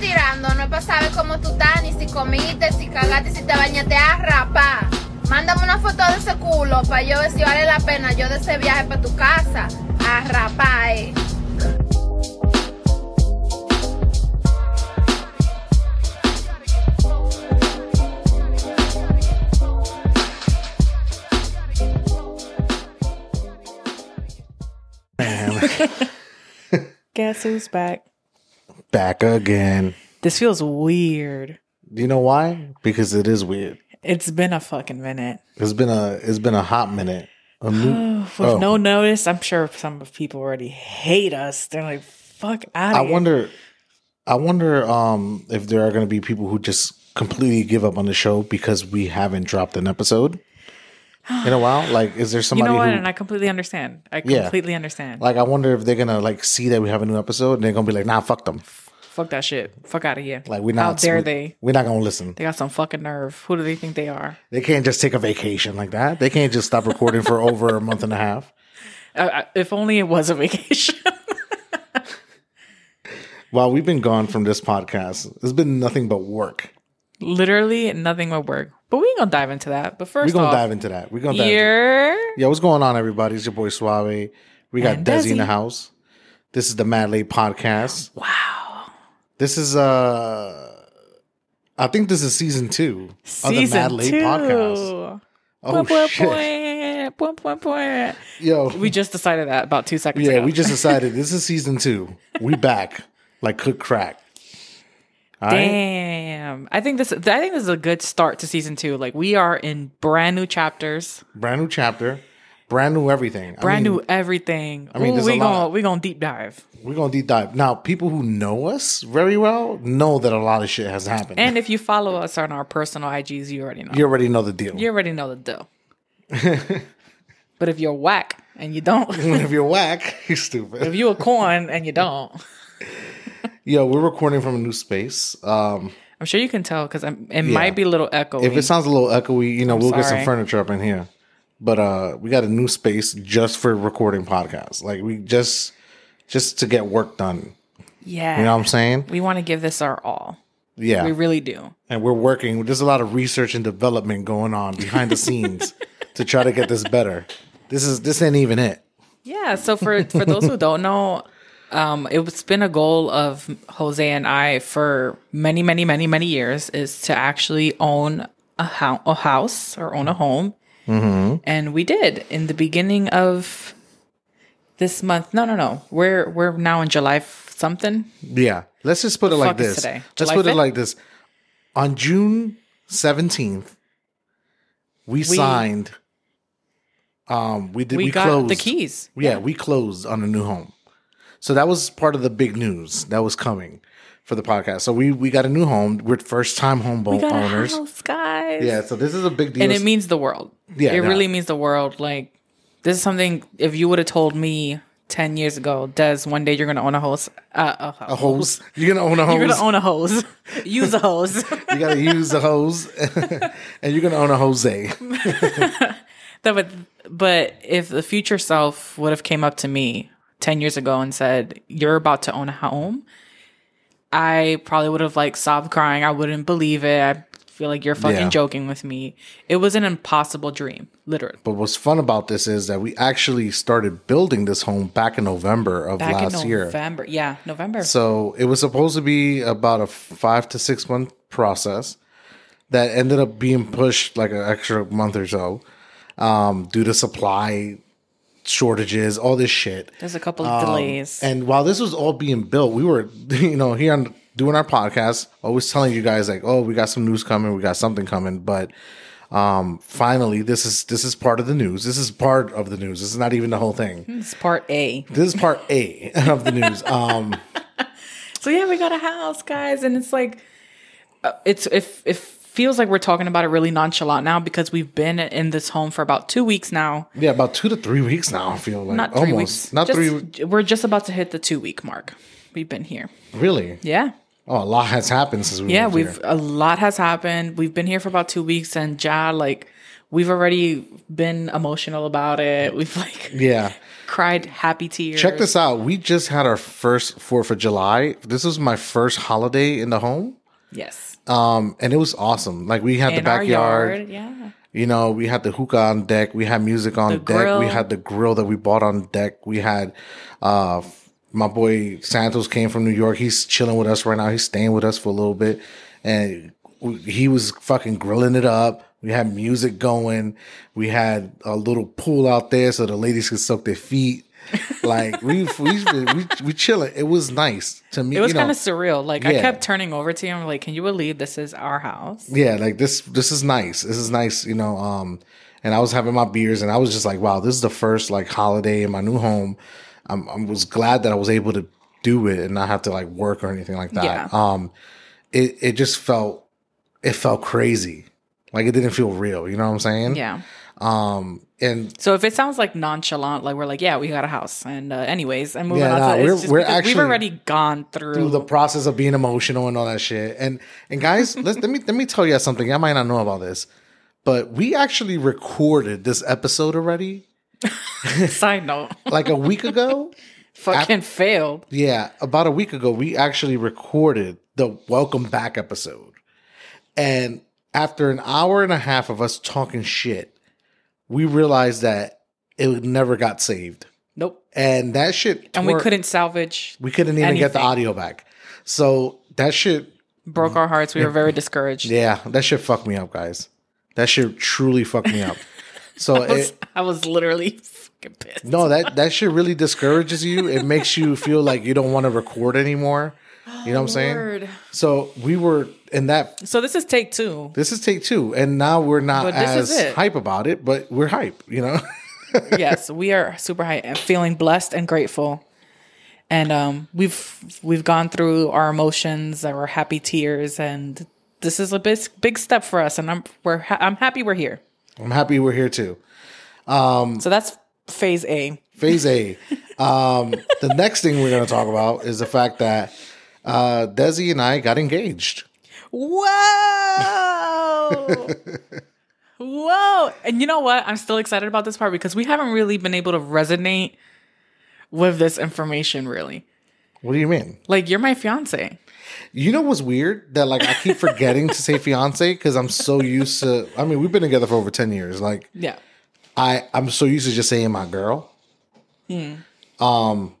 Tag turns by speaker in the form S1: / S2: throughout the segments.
S1: tirando no es para saber cómo tú estás, ni si comiste, si cagaste, si te bañaste a rapar. Mándame una foto de ese culo para yo ver si vale la pena yo de ese viaje para tu casa a rapar. eh.
S2: Guess who's back?
S3: Back again.
S2: This feels weird.
S3: Do you know why? Because it is weird.
S2: It's been a fucking minute.
S3: It's been a it's been a hot minute. A new,
S2: With
S3: oh,
S2: no notice, I'm sure some people already hate us. They're like, fuck out
S3: I wonder I wonder um if there are gonna be people who just completely give up on the show because we haven't dropped an episode in a while. Like is there
S2: You
S3: somebody
S2: know what?
S3: who
S2: And I completely understand. I
S3: Yeah.
S2: completely understand.
S3: like I wonder if they're gonna like see that we have a new episode and they're gonna be like, nah, fuck them.
S2: fuck that shit. Fuck out of here.
S3: Like we're not
S2: How dare
S3: we-
S2: they?
S3: We're not gonna listen.
S2: They got some fucking nerve. Who do they think they are?
S3: They can't just take a vacation like that. They can't just stop recording for over a month and a half.
S2: Uh, uh, if only it was a vacation.
S3: While we've been gone from this podcast, it's been nothing but work.
S2: Literally nothing would work. But we ain't gonna dive into that. But
S3: We're
S2: first
S3: gonna
S2: off,
S3: dive into that. We're gonna dive into
S2: you're
S3: Yeah, what's going on, everybody? It's your boy Suave. We got
S2: And
S3: Desi, in
S2: Desi.
S3: the house. This is the Mad Late Podcast.
S2: wow.
S3: This is uh I think this is season two
S2: Season two.
S3: Oh
S2: Boing, boing,
S3: shit.
S2: boing. Boing, boing, boing.
S3: Yo.
S2: We just decided that about two seconds ago.
S3: yeah, we just decided this is season two. We back. Like cook crack. All right.
S2: Damn. I think this I think this is a good start to season two. Like we are in brand new chapters,
S3: Brand new chapter. Brand new everything. I
S2: brand
S3: mean,
S2: new everything. I
S3: mean,
S2: mean,
S3: there's
S2: we
S3: a lot.
S2: gonna we gonna deep dive.
S3: We're gonna deep dive. Now, people who know us very well know that a lot of shit has happened.
S2: And if you follow us on our personal IGs, you already know.
S3: you already know the deal.
S2: You already know the deal. but if you're whack and you don't,
S3: if you're whack, you're stupid.
S2: if you a corn and you don't,
S3: Yo, we're recording from a new space. Um,
S2: I'm sure you can tell because it
S3: Yeah.
S2: might be a little echo.
S3: if it sounds a little echoey, you know, we'll get some
S2: sorry.
S3: furniture up in here. But uh, we got a new space just for recording podcasts. Like we just, just to get work done.
S2: yeah,
S3: You know what I'm saying?
S2: we want to give this our all.
S3: Yeah.
S2: We really do.
S3: and we're working. There's a lot of research and development going on behind the scenes to try to get this better. This is this ain't even it.
S2: Yeah. So for for those who don't know, um, it's been a goal of Jose and I for many, many, many, many years is to actually own a, hou- a house or own a home,
S3: Mm-hmm.
S2: and we did in the beginning of this month. No, no, no. We're we're now in July f- something.
S3: Yeah. Let's just put it like
S2: fuck is
S3: this.
S2: today?
S3: Let's
S2: July
S3: put it
S2: 5th?
S3: like this. On June 17th, we, signed. Um, we did.
S2: We,
S3: We,
S2: got
S3: closed.
S2: the keys.
S3: Yeah, we closed on a new home. So that was part of the big news that was coming for the podcast. So we we got a new home. We're first time home bo-
S2: We got
S3: owners.
S2: a house, guys.
S3: Yeah. So this is a big deal.
S2: and it means the world.
S3: Yeah,
S2: it
S3: no.
S2: really means the world. Like this is something. If you would have told me ten years ago, Des, one day you're gonna own a hose, uh, a, ho-
S3: a hose. You're gonna own a
S2: you're
S3: hose.
S2: gonna own a hose, use a hose.
S3: you gotta use the hose, and you're gonna own a Jose.
S2: No, but but if the future self would have came up to me ten years ago and said you're about to own a home, I probably would have like sobbed crying. I wouldn't believe it. I feel like you're fucking
S3: Yeah.
S2: joking with me. It was an impossible dream, literally.
S3: But what's fun about this is that we actually started building this home back in November of
S2: Back
S3: last
S2: in
S3: year.
S2: November, yeah, November.
S3: So it was supposed to be about a five to six month process that ended up being pushed like an extra month or so um, due to supply shortages, all this shit.
S2: There's a couple
S3: um,
S2: of delays.
S3: And while this was all being built, we were, you know, here on doing our podcast, always telling you guys like, oh, we got some news coming, we got something coming. But um finally, this is this is part of the news. This is part of the news. This is not even the whole thing.
S2: It's part A.
S3: This is part A of the news. Um
S2: So yeah, we got a house, guys, and it's like uh, it's if it feels like we're talking about it really nonchalant now because we've been in this home for about two weeks now.
S3: yeah, about two to three weeks now, I feel like
S2: Not three
S3: almost.
S2: weeks.
S3: Not
S2: Just-
S3: three
S2: We're just about to hit the two week mark. We've been here.
S3: really.
S2: Yeah.
S3: Oh, a lot has happened since we
S2: Yeah,
S3: moved
S2: we've
S3: here.
S2: a lot has happened. We've been here for about two weeks and ja, like we've already been emotional about it. We've like
S3: Yeah.
S2: cried happy tears.
S3: Check this out. We just had our first 4th of July. This was my first holiday in the home.
S2: Yes.
S3: Um, and it was awesome. Like we had the
S2: In our
S3: backyard.
S2: yard, yeah.
S3: You know, we had the hookah on deck. We had music on
S2: The
S3: deck. We
S2: grill.
S3: had the grill that we bought on deck. We had, uh, my boy Santos came from New York. He's chilling with us right now. He's staying with us for a little bit, and we- he was fucking grilling it up. We had music going. We had a little pool out there so the ladies could soak their feet. Like we we we, we chilling. It was nice to me.
S2: It was
S3: you know.
S2: kind of surreal. Like I
S3: yeah. Mm-hmm.
S2: kept turning over to him, like, "Can you believe this is our house?"
S3: yeah like this this is nice this is nice you know um and i was having my beers and i was just like wow this is the first like holiday in my new home I'm, i was glad that i was able to do it and not have to like work or anything like that
S2: Yeah.
S3: um it it just felt it felt crazy like it didn't feel real you know what i'm saying
S2: Yeah.
S3: um and
S2: So if it sounds like nonchalant, like we're like, "Yeah, we got a house," and uh, anyways, and moving
S3: Yeah,
S2: on.
S3: nah,
S2: to,
S3: we're-
S2: it's just
S3: we're
S2: because
S3: actually
S2: we've already gone through,
S3: through the process of being emotional and all that shit and and guys let's, let me let me tell you guys something i might not know about this but we actually recorded this episode already
S2: side note,
S3: like a week ago
S2: fucking failed.
S3: Yeah, about a week ago, we actually recorded the welcome back episode. And after an hour and a half of us talking shit, we realized that it never got saved.
S2: Nope.
S3: And that shit
S2: And we
S3: tore-
S2: couldn't salvage.
S3: we couldn't even get the
S2: anything.
S3: audio back. So that shit
S2: Broke our hearts. We were very discouraged.
S3: Mm-hmm. yeah, that shit fucked me up, guys. That shit truly fucked me up. So
S2: I, was,
S3: it,
S2: I was literally fucking pissed.
S3: no, that that shit really discourages you. It makes you feel like you don't want to record anymore. You know what I'm saying?
S2: Lord.
S3: So we were in that
S2: So this is take two.
S3: This is take two, and now we're not
S2: But this
S3: as
S2: is it.
S3: hype about it, but we're hype, you know.
S2: yes, we are super high and feeling blessed and grateful. And um, we've we've gone through our emotions, our happy tears, and this is a big big step for us. And I'm we're ha- I'm happy we're here.
S3: I'm happy we're here too.
S2: So that's phase A.
S3: Phase A. um, the next thing we're going to talk about is the fact that uh, Desi and I got engaged.
S2: Whoa. Whoa. And you know what? I'm still excited about this part because we haven't really been able to resonate with this information really.
S3: What do you mean?
S2: Like you're my fiance.
S3: You know what's weird that like I keep forgetting to say fiance because I'm so used to. I mean, we've been together for over ten years. Like
S2: Yeah.
S3: I, I'm so used to just saying my girl.
S2: Hmm.
S3: Um.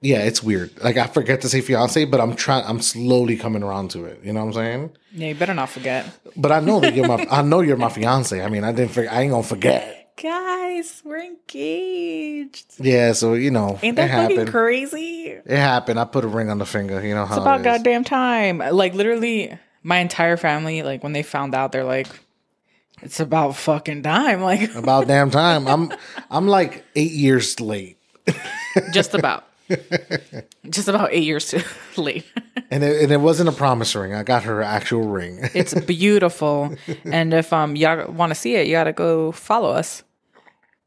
S3: Yeah, it's weird. Like I forget to say fiance, but I'm trying. I'm slowly coming around to it. You know what I'm saying?
S2: Yeah, you better not forget.
S3: But I know that you're my. I know you're my fiance. I mean, I didn't. For, I ain't gonna forget.
S2: Guys, we're engaged.
S3: Yeah. So you know, it
S2: Ain't that fucking
S3: happened.
S2: crazy? It's
S3: it happened. I put a ring on the finger. You know how it
S2: about
S3: is.
S2: goddamn time. Like literally my entire family, like when they found out, they're like, it's about fucking time. Like
S3: about damn time. I'm. I'm like eight years late,
S2: just about. just about eight years too late.
S3: and it, and it wasn't a promise ring. I got her an actual ring.
S2: It's beautiful. and if um y'all want to see it, you gotta go follow us.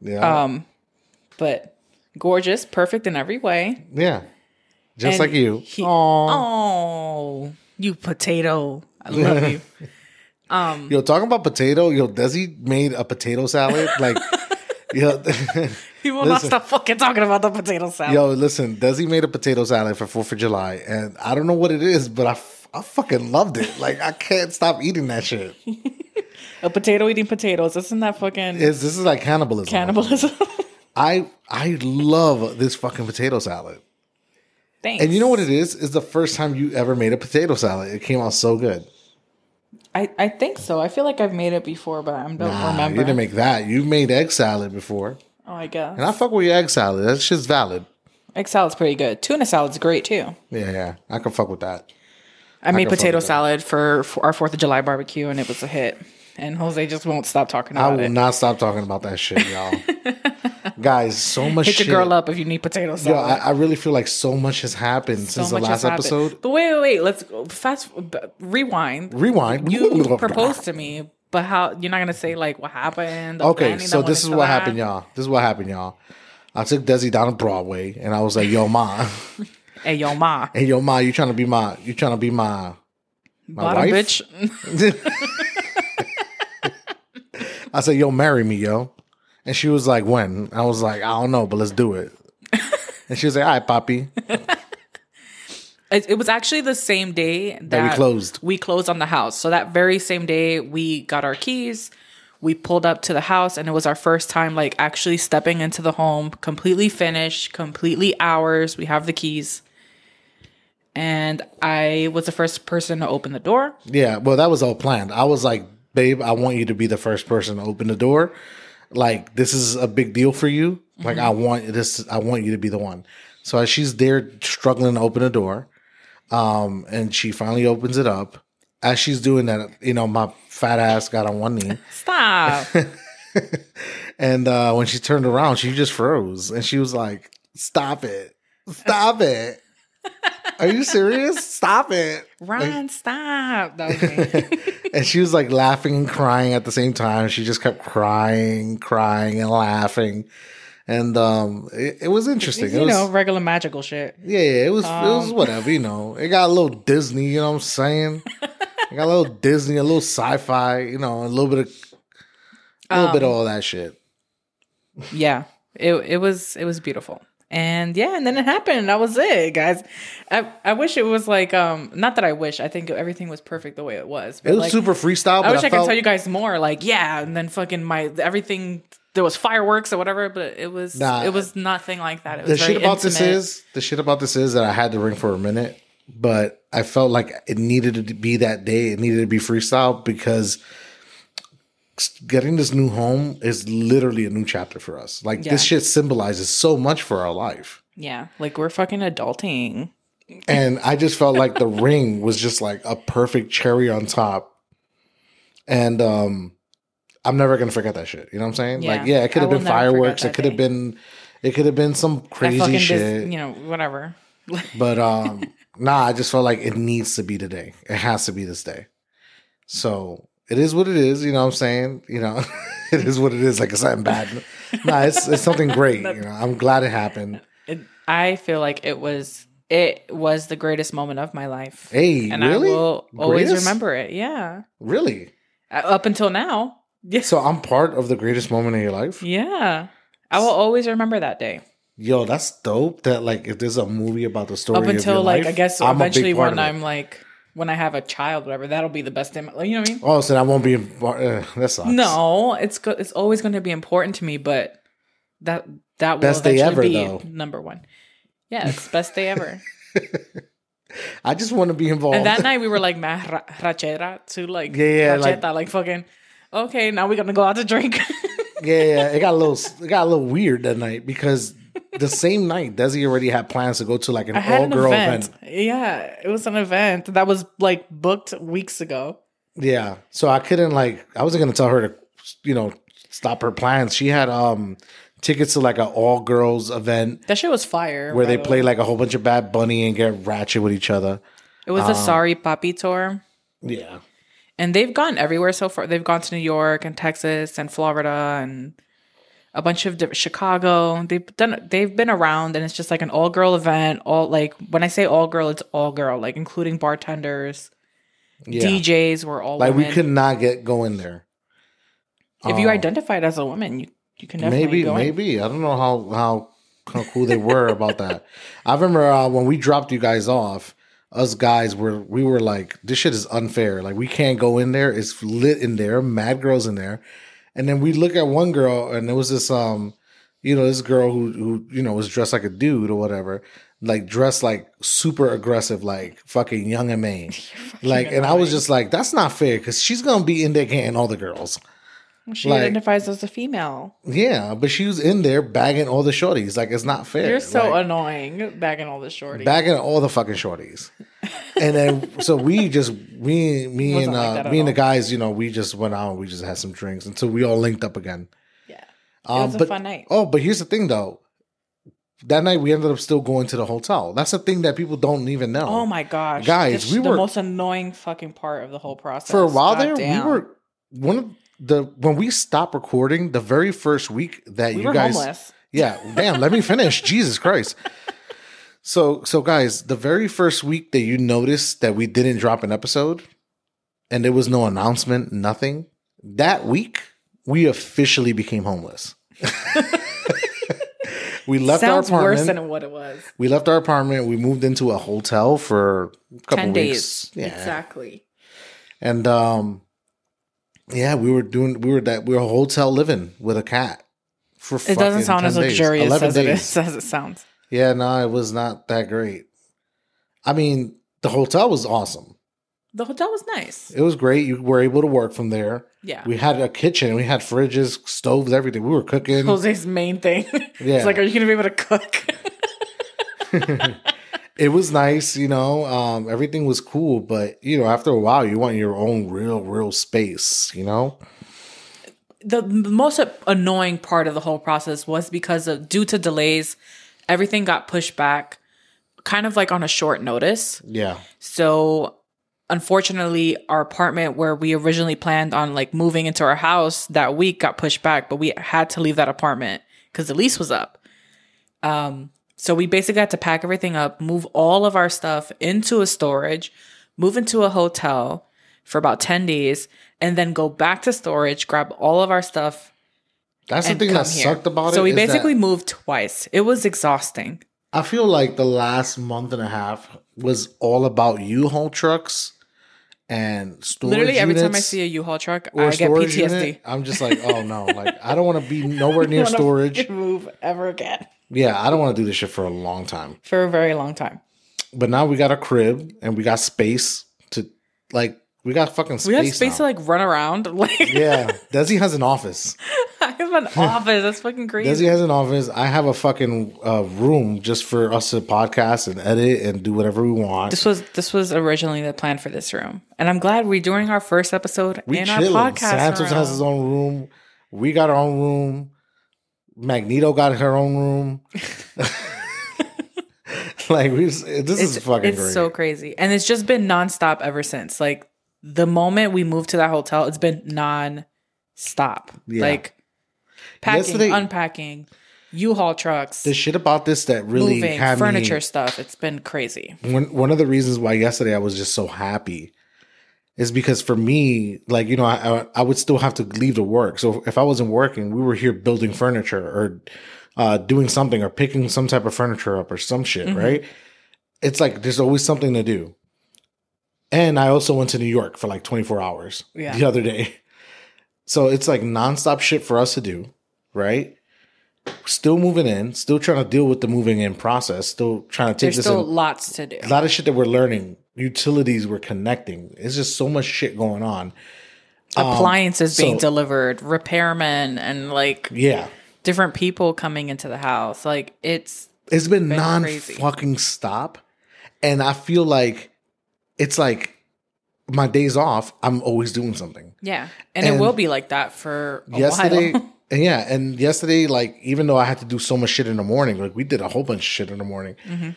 S3: yeah.
S2: Um, But gorgeous, perfect in every way.
S3: yeah. Just
S2: and
S3: like you.
S2: he-
S3: Aw.
S2: Oh, you potato. I love you.
S3: Yo, talking about potato. Yo, Desi made a potato salad. Like, yo,
S2: He will not stop fucking talking about the potato salad.
S3: yo, listen. Desi made a potato salad for Fourth of July, and I don't know what it is, but I, f- I fucking loved it. Like, I can't stop eating that shit.
S2: A potato eating potatoes. Isn't that fucking
S3: It's, this is like cannibalism.
S2: cannibalism?
S3: I I love this fucking potato salad.
S2: Thanks.
S3: And you know what it is? It's the first time you ever made a potato salad. It came out so good.
S2: I, I think so. I feel like I've made it before, but I don't
S3: Ah, you
S2: remember.
S3: didn't make that. You made egg salad before,
S2: oh, I guess.
S3: and I fuck with your egg salad. That shit's valid.
S2: Egg salad's pretty good. Tuna salad's great too.
S3: Yeah, yeah, I can fuck with that.
S2: I
S3: can
S2: made
S3: fuck
S2: potato
S3: with that.
S2: salad for, for our Fourth of July barbecue, and it was a hit. And Jose just won't stop talking
S3: I
S2: about
S3: will
S2: it.
S3: not stop talking about that shit, y'all. Guys, so much
S2: Hit
S3: shit.
S2: your girl up if you need potato
S3: Yo,
S2: salad.
S3: I, I really feel like so much has happened
S2: So
S3: since the
S2: much has
S3: last
S2: happened.
S3: episode.
S2: But wait, wait, wait. Let's go fast b- rewind.
S3: Rewind.
S2: You proposed to me, but how you're not gonna say like what happened? the
S3: Okay,
S2: planning that
S3: so
S2: went
S3: this is
S2: into
S3: what
S2: that?
S3: happened, y'all. This is what happened, y'all. I took Desi down to Broadway and I was like, yo, ma.
S2: Hey, yo, ma,
S3: hey, yo, ma, you trying to be my, you trying to be my.
S2: bottom
S3: wife?
S2: bitch.
S3: I said, yo, marry me, yo. And she was like, "When?" I was like, "I don't know, but let's do it." and she was like, "All right, Poppy."
S2: It, it was actually the same day that,
S3: we closed.
S2: We closed on the house. So that very same day, we got our keys. We pulled up to the house, and it was our first time like actually stepping into the home, completely finished, completely ours. We have the keys, and I was the first person to open the door.
S3: Yeah, well, that was all planned. I was like, "Babe, I want you to be the first person to open the door. Like, this is a big deal for you. Like, I want this. I want you to be the one." So as she's there struggling to open the door, um, and she finally opens it up. As she's doing that, you know, my fat ass got on one knee.
S2: Stop.
S3: And uh, when she turned around, she just froze and she was like, Stop it. Stop it. Are you serious? Stop it.
S2: Ryan, stop. That was me.
S3: And she was like laughing and crying at the same time. She just kept crying, crying, and laughing. And um, it, it was interesting. It
S2: you
S3: was,
S2: know, Um. regular magical shit.
S3: yeah, yeah, it was it was whatever, you know. It got a little Disney, you know what I'm saying? it got a little Disney, a little sci-fi, you know, a little bit of a little bit
S2: Um,
S3: of all that shit.
S2: yeah it, it was it was beautiful and yeah and then it happened and that was it guys i i wish it was like um not that i wish i think everything was perfect the way it was but
S3: It was
S2: like,
S3: super freestyle, but
S2: i
S3: I,
S2: wish i, could
S3: felt
S2: tell you guys more like yeah and then fucking my everything there was fireworks or whatever but it was
S3: Nah.
S2: it was nothing like that it
S3: the
S2: was very
S3: shit about this
S2: intimate.
S3: is the shit about this is that I had the ring for a minute, but I felt like it needed to be that day. It needed to be freestyle because getting this new home is literally a new chapter for us. Like
S2: Yeah.
S3: this shit symbolizes so much for our life.
S2: yeah like we're fucking adulting
S3: And I just felt like the ring was just like a perfect cherry on top. And um I'm never gonna forget that shit. You know what I'm saying?
S2: Yeah.
S3: Like, yeah, it could
S2: I
S3: have
S2: will
S3: been
S2: never forget
S3: fireworks,
S2: that
S3: it could have
S2: day.
S3: been it could have been some
S2: That
S3: crazy
S2: fucking dis-
S3: shit.
S2: you know whatever
S3: But um nah, I just felt like it needs to be today. It has to be this day. So it is what it is, you know what I'm saying? You know, it is what it is, like it's something bad. nah, it's it's something great. You know, I'm glad it happened.
S2: it, i feel like it was it was the greatest moment of my life
S3: Hey,
S2: and
S3: really?
S2: i will always
S3: Greatest?
S2: remember it yeah
S3: Really?
S2: Uh, up until now. Yes.
S3: So I'm part of the greatest moment in your life?
S2: Yeah. I will always remember that day.
S3: Yo, that's dope. That like, if there's a movie about the story
S2: Up until like
S3: life,
S2: I guess
S3: I'm a big
S2: eventually
S3: part
S2: when
S3: of it.
S2: I'm like when I have a child, whatever, that'll be the best day. of my- Like, you know what I mean?
S3: oh, so that won't be important. Uh, that sucks.
S2: No, it's go- it's always going to be important to me, but that that will
S3: Best day
S2: eventually
S3: ever,
S2: be
S3: though.
S2: number one. Yeah, it's best day ever.
S3: I just want to be involved.
S2: and that night we were like mad ra- rachera too, like
S3: Oh. Yeah, yeah, like-
S2: racheta, like, fucking. Okay, now we're gonna go out to drink.
S3: yeah, yeah, it got a little, it got a little weird that night because the same night Desi already had plans to go to like an
S2: I had
S3: all
S2: an
S3: girl
S2: event.
S3: event.
S2: Yeah, it was an event that was like booked weeks ago.
S3: Yeah, so I couldn't like, I wasn't gonna tell her to, you know, stop her plans. She had um tickets to like an all girls event
S2: That shit was fire.
S3: where
S2: by
S3: they
S2: the
S3: play
S2: way.
S3: like a whole bunch of Bad Bunny and get ratchet with each other.
S2: It was
S3: Um,
S2: the Sorry Poppy tour,
S3: Yeah,
S2: and they've gone everywhere so far. They've gone to New York and Texas and Florida and a bunch of different Chicago. They've done. They've been around, and it's just like an all girl event. All like when I say all girl, it's all girl, like including bartenders,
S3: yeah.
S2: DJs. We're all
S3: like
S2: women.
S3: we could not get going there.
S2: if you
S3: um,
S2: identified as a woman, you you can definitely
S3: maybe
S2: go in.
S3: maybe i don't know how how, how cool they were about that i remember uh, when we dropped you guys off us guys were we were like this shit is unfair like we can't go in there it's lit in there mad girls in there and then we look at one girl and there was this um you know this girl who who you know was dressed like a dude or whatever like dressed like super aggressive like fucking young and main like and i was just like that's not fair because she's gonna be in there getting all the girls
S2: She
S3: like-
S2: identifies as a female.
S3: yeah, but she was in there bagging all the shorties. Like it's not fair.
S2: You're so
S3: Like,
S2: annoying. Bagging all the shorty.
S3: bagging all the fucking shorties. And then so we just we me
S2: Wasn't
S3: and
S2: like
S3: uh,
S2: that at
S3: me and the
S2: all.
S3: guys, you know, we just went out and we just had some drinks until we all linked up again.
S2: yeah, it
S3: Um,
S2: was a
S3: but-
S2: fun night.
S3: Oh, but here's the thing though. That night we ended up still going to the hotel. That's the thing that people don't even know.
S2: Oh my gosh,
S3: Guys,
S2: This
S3: we
S2: is the
S3: were-
S2: most annoying fucking part of the whole process.
S3: For a while
S2: God
S3: there,
S2: damn.
S3: we were one of the when we stopped recording the very first week that
S2: we
S3: you
S2: were
S3: guys
S2: homeless.
S3: Yeah, damn, let me finish. Jesus Christ. So so guys, the very first week that you noticed that we didn't drop an episode and there was no announcement, nothing, that week we officially became homeless. We left
S2: Sounds
S3: our
S2: worse
S3: apartment.
S2: than what it was.
S3: we left our apartment. We moved into a hotel for a couple weeks.
S2: 10 days.
S3: Yeah.
S2: Exactly.
S3: And um yeah, we were doing we were that we were hotel living with a cat. For
S2: It doesn't sound as luxurious as it, is, as it sounds.
S3: Yeah, no, it was not that great. I mean, the hotel was awesome.
S2: The hotel was nice.
S3: It was great. You were able to work from there.
S2: Yeah.
S3: We had a kitchen. We had fridges, stoves, everything. We were cooking.
S2: Jose's main thing.
S3: Yeah.
S2: It's like, are you going to be able to cook?
S3: it was nice, you know. Um, everything was cool, but you know, after a while, you want your own real, real space. You know,
S2: the most annoying part of the whole process was because of due to delays, everything got pushed back kind of like on a short notice.
S3: yeah,
S2: So unfortunately, our apartment where we originally planned on like moving into our house that week got pushed back, but we had to leave that apartment because the lease was up. Um, so we basically had to pack everything up, move all of our stuff into a storage, move into a hotel for about 10 days, and then go back to storage, grab all of our stuff.
S3: that's the
S2: and
S3: thing
S2: come
S3: that
S2: here.
S3: sucked about it.
S2: So we
S3: is that
S2: basically moved twice. It was exhausting.
S3: I feel like the last month and a half was all about U-Haul trucks and storage.
S2: Literally every time I
S3: units
S2: see a U-Haul truck,
S3: or
S2: I get
S3: storage
S2: PTSD.
S3: unit, I'm just like, oh no, like I don't want to be nowhere near
S2: Don't wanna
S3: storage.
S2: fucking move ever again
S3: Yeah, I don't want to do this shit for a long time.
S2: for a very long time.
S3: But now we got a crib and we got space to like we got fucking space.
S2: We have space
S3: now.
S2: to like run around. Like
S3: yeah, Desi has an office.
S2: I have an office. That's fucking crazy.
S3: Desi has an office. I have a fucking uh, room just for us to podcast and edit and do whatever we want.
S2: This was this was originally the plan for this room, and I'm glad we're doing our first episode
S3: we
S2: in
S3: chilling.
S2: our podcast.
S3: Santos
S2: room.
S3: has his own room. We got our own room. Magneto got her own room. like we, just, this is fucking
S2: it's
S3: great.
S2: so crazy, and it's just been nonstop ever since. Like the moment we moved to that hotel, it's been non-stop.
S3: Yeah.
S2: Like packing,
S3: Yesterday-
S2: unpacking, U-Haul trucks,
S3: the shit about this that really
S2: moving,
S3: had
S2: furniture
S3: me.
S2: stuff. It's been crazy.
S3: one one of the reasons why yesterday I was just so happy is because for me, like you know, I I, I would still have to leave to work. So if I wasn't working, we were here building furniture or uh, doing something or picking some type of furniture up or some shit,
S2: Mm-hmm.
S3: right? It's like there's always something to do. And I also went to New York for like 24 hours
S2: Yeah.
S3: the other day. So it's like nonstop shit for us to do, right? Still moving in, still trying to deal with the moving in process, still trying to take
S2: There's
S3: this
S2: still
S3: in
S2: lots to do.
S3: a lot of shit that we're learning, utilities we're connecting. It's just so much shit going on.
S2: appliances being
S3: Um, so-
S2: delivered, repairmen, and like
S3: Yeah.
S2: different people coming into the house. Like it's
S3: It's been, non
S2: crazy.
S3: fucking stop. And I feel like it's like my days off, I'm always doing something.
S2: yeah, and,
S3: And
S2: it will be like that for a
S3: yesterday
S2: while.
S3: and yeah and yesterday like even though i had to do so much shit in the morning like we did a whole bunch of shit in the morning
S2: Mm-hmm.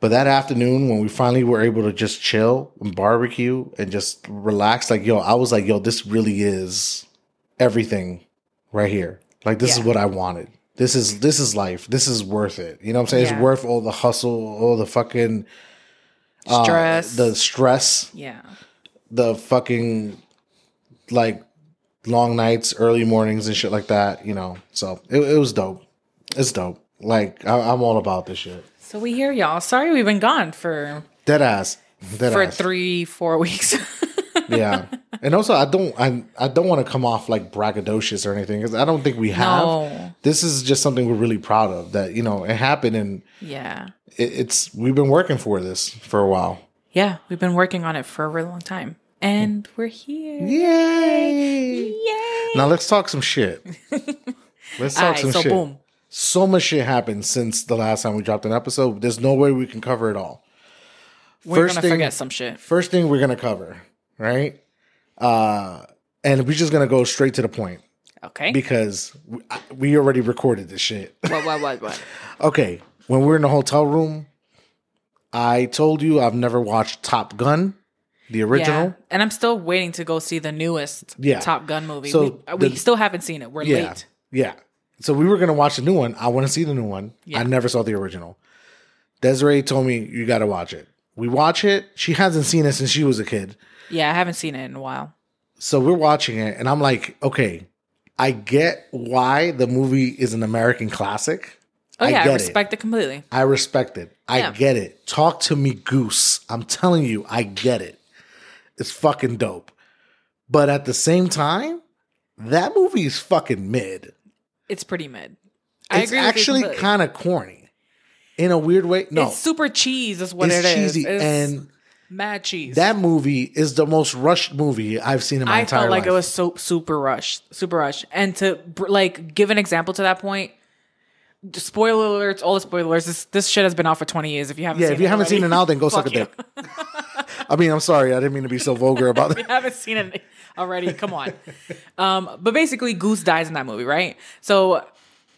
S3: but that afternoon when we finally were able to just chill and barbecue and just relax like yo i was like yo this really is everything right here like this is
S2: Yeah.
S3: what i wanted this is this is life this is worth it you know what i'm saying
S2: Yeah.
S3: it's worth all the hustle all the fucking uh,
S2: Stress.
S3: the stress
S2: yeah,
S3: the fucking like long nights, early mornings, and shit like that. You know, so it, it was dope. It's dope. Like I, I'm all about this shit.
S2: so we hear y'all. Sorry, we've been gone for
S3: Dead ass. Dead
S2: for
S3: ass.
S2: three, four weeks.
S3: yeah. And also, I don't, I, I don't want to come off like braggadocious or anything because I don't think we have.
S2: No.
S3: This is just something we're really proud of that you know it happened and
S2: yeah,
S3: it, it's we've been working for this for a while.
S2: yeah, we've been working on it for a really long time, and we're here.
S3: Yay!
S2: Yay!
S3: Now let's talk some shit. Let's talk
S2: Alright,
S3: some
S2: so
S3: shit.
S2: boom.
S3: So much shit happened since the last time we dropped an episode. There's no way we can cover it all.
S2: We're
S3: first
S2: gonna
S3: thing-
S2: forget some shit.
S3: First thing we're gonna cover, right? Uh, and we're just gonna go straight to the point
S2: Okay.
S3: because we, I- we already recorded this shit.
S2: what? What? What? What?
S3: okay, when we were in the hotel room, I told you I've never watched Top Gun, the original.
S2: Yeah. And I'm still waiting to go see the newest
S3: Yeah.
S2: Top Gun movie.
S3: So
S2: we, we
S3: the-
S2: still haven't seen it. We're
S3: Yeah.
S2: late.
S3: Yeah. So we were gonna watch the new one. I want to see the new one.
S2: Yeah.
S3: I never saw the original. Desiree told me you gotta watch it. We watch it. She hasn't seen it since she was a kid.
S2: Yeah, I haven't seen it in a while.
S3: So we're watching it, and I'm like, okay, I get why the movie is an American classic.
S2: Oh yeah, I,
S3: get it.
S2: respect it completely.
S3: I respect it. I
S2: Yeah.
S3: get it. Talk to me, Goose. I'm telling you, I get it. It's fucking dope. But at the same time, that movie is fucking mid.
S2: It's pretty mid. I
S3: It's
S2: agree.
S3: actually
S2: with you completely.
S3: kind of corny in a weird way. No,
S2: It's super cheese. Is what
S3: it's
S2: it is.
S3: cheesy.
S2: It's
S3: and
S2: mad cheese.
S3: that movie is the most rushed movie I've seen in my
S2: I
S3: entire
S2: felt like
S3: life.
S2: it was so super rushed, super rushed. And to br- like give an example to that point, d- spoiler alerts, all the spoilers. This this shit has been out for twenty years. If you haven't,
S3: yeah,
S2: seen
S3: if you
S2: it
S3: haven't seen it
S2: already,
S3: now, then go suck a
S2: fuck you.
S3: dick. I mean, I'm sorry. I didn't mean to be so vulgar about
S2: If
S3: it.
S2: you haven't seen it already, come on. Um, but basically, Goose dies in that movie, right? So.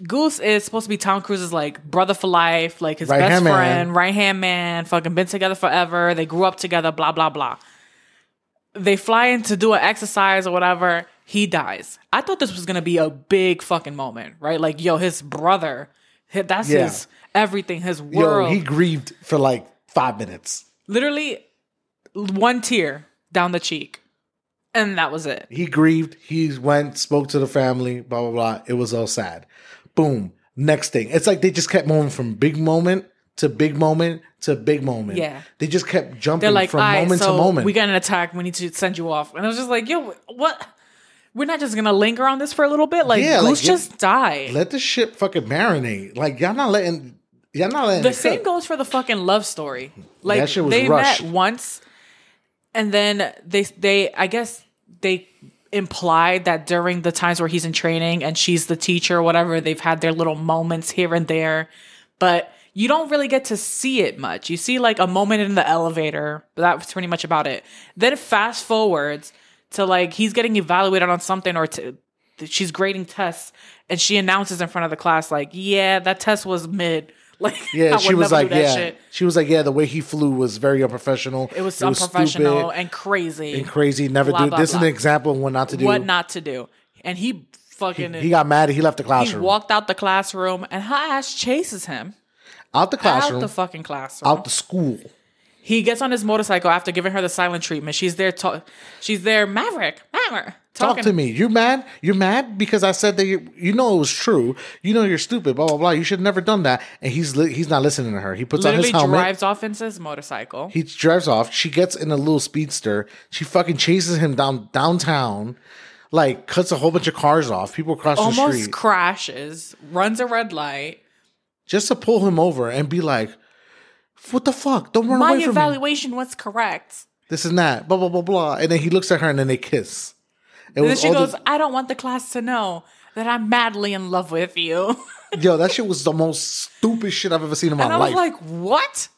S2: Goose is supposed to be Tom Cruise's like brother for life, like his best
S3: Right-hand man.
S2: friend, right hand man, fucking been together forever. They grew up together, blah blah blah. they fly in to do an exercise or whatever. He dies. I thought this was gonna be a big fucking moment, right? Like, yo, his brother, hi- that's
S3: Yeah.
S2: his everything, his
S3: Yo,
S2: world.
S3: he grieved for like five minutes.
S2: Literally, one tear down the cheek, and that was it.
S3: He grieved. He went, spoke to the family, blah, blah, blah. It was all sad. Boom. Next thing. It's like they just kept moving from big moment to big moment to big moment.
S2: Yeah.
S3: They just kept jumping
S2: They're like,
S3: from
S2: all right,
S3: moment
S2: so
S3: to moment.
S2: we got an attack. We need to send you off. And I was just like, yo, what? We're not just gonna linger on this for a little bit. Like,
S3: Yeah, like,
S2: Goose just died.
S3: Let this shit fucking marinate. Like, y'all not letting, y'all not letting
S2: The
S3: it
S2: same
S3: cook.
S2: goes for the fucking love story. Like
S3: shit was
S2: they
S3: rushed.
S2: met once, and then they they I guess they implied that during the times where he's in training and she's the teacher or whatever, they've had their little moments here and there, but you don't really get to see it much. You see like a moment in the elevator, but that's pretty much about it. Then fast forwards to like he's getting evaluated on something or to th- she's grading tests and she announces in front of the class like yeah that test was mid like I
S3: Yeah,
S2: would
S3: she was
S2: never
S3: like,
S2: do that
S3: yeah.
S2: shit.
S3: She was like, yeah, the way he flew was very unprofessional.
S2: it was unprofessional
S3: stupid
S2: and crazy
S3: and crazy. Never
S2: Blah,
S3: do.
S2: blah,
S3: this is
S2: blah.
S3: an example of what not to do.
S2: what not to do and he fucking
S3: he got mad. He left the
S2: he
S3: classroom.
S2: walked out the classroom and her ass chases him
S3: out the
S2: out
S3: classroom.
S2: the fucking classroom
S3: out the school.
S2: he gets on his motorcycle after giving her the silent treatment she's there talk she's there maverick maverick
S3: Talk
S2: talking
S3: to me. You mad? You mad because I said that you, you know it was true. You know you're stupid. Blah blah blah. You should have never done that. And he's li- he's not listening to her. He puts on
S2: literally
S3: his helmet.
S2: drives off into his motorcycle
S3: He drives off. She gets in a little speedster. She fucking chases him down downtown. Like cuts a whole bunch of cars off. People cross the
S2: almost
S3: street
S2: crashes runs a red light
S3: just to pull him over and be like, "What the fuck? Don't run
S2: my
S3: away from me."
S2: evaluation was correct.
S3: This and that. Blah blah blah blah. And then he looks at her and then they kiss. It
S2: And then she
S3: all the-
S2: goes, I don't want the class to know that I'm madly in love with you.
S3: "Yo, that shit was the most stupid shit I've ever seen in my
S2: and I was
S3: life."
S2: like, What?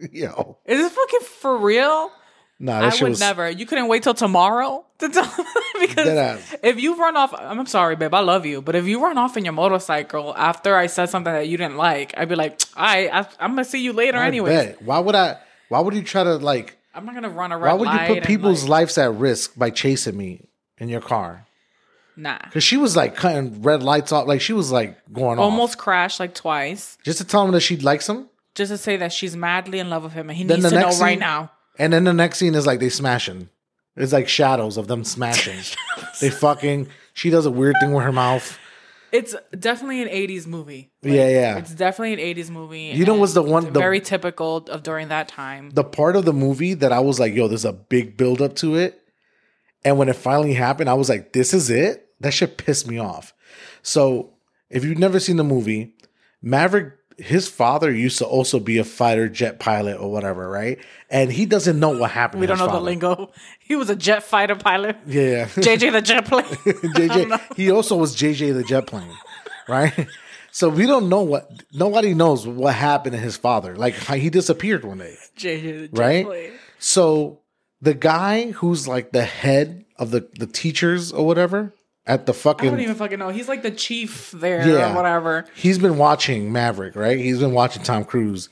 S3: Yo,
S2: Is this fucking for real?
S3: nah, that
S2: I
S3: shit
S2: would
S3: was
S2: never. You couldn't wait till tomorrow to tell
S3: dead
S2: because
S3: ass.
S2: if you run off, I'm sorry, babe, I love you, but if you run off in your motorcycle after I said something that you didn't like, I'd be like, all right, I, I'm gonna see you later
S3: I
S2: anyway.
S3: bet. Why would I? Why would you try to like?
S2: I'm not gonna run a red
S3: Why would
S2: light
S3: you put
S2: and,
S3: people's
S2: like,
S3: lives at risk by chasing me in your car?
S2: nah?
S3: Because she was like cutting red lights off. Like she was like going almost
S2: Almost crashed like twice
S3: just to tell him that she likes him.
S2: just to say that she's madly in love with him and he
S3: Then
S2: needs
S3: the
S2: to know
S3: next
S2: right
S3: scene-
S2: now.
S3: And then the next scene is like they smashing. It's like shadows of them smashing. they fucking. She does a weird thing with her mouth.
S2: It's definitely an '80s movie.
S3: yeah, yeah.
S2: It's definitely an '80s movie.
S3: You know what's the one-
S2: and
S3: the-
S2: very typical of during that time?
S3: The part of the movie that I was like, "Yo, there's a big build up to it," and when it finally happened, I was like, "This is it." That shit pissed me off. So, if you've never seen the movie, Maverick, his father used to also be a fighter jet pilot or whatever, right? And he doesn't know what happened.
S2: we
S3: to
S2: don't
S3: his
S2: know the
S3: father.
S2: lingo. He was a jet fighter pilot.
S3: Yeah,
S2: JJ the jet plane.
S3: JJ. He also was JJ the jet plane, right? So we don't know what nobody knows what happened to his father. Like how he disappeared one day.
S2: JJ the jet
S3: Right?
S2: plane.
S3: So the guy who's like the head of the the teachers or whatever at the
S2: I don't
S3: fucking
S2: even fucking know. He's like the chief there
S3: Yeah.
S2: or whatever.
S3: he's been watching Maverick, right? He's been watching Tom Cruise.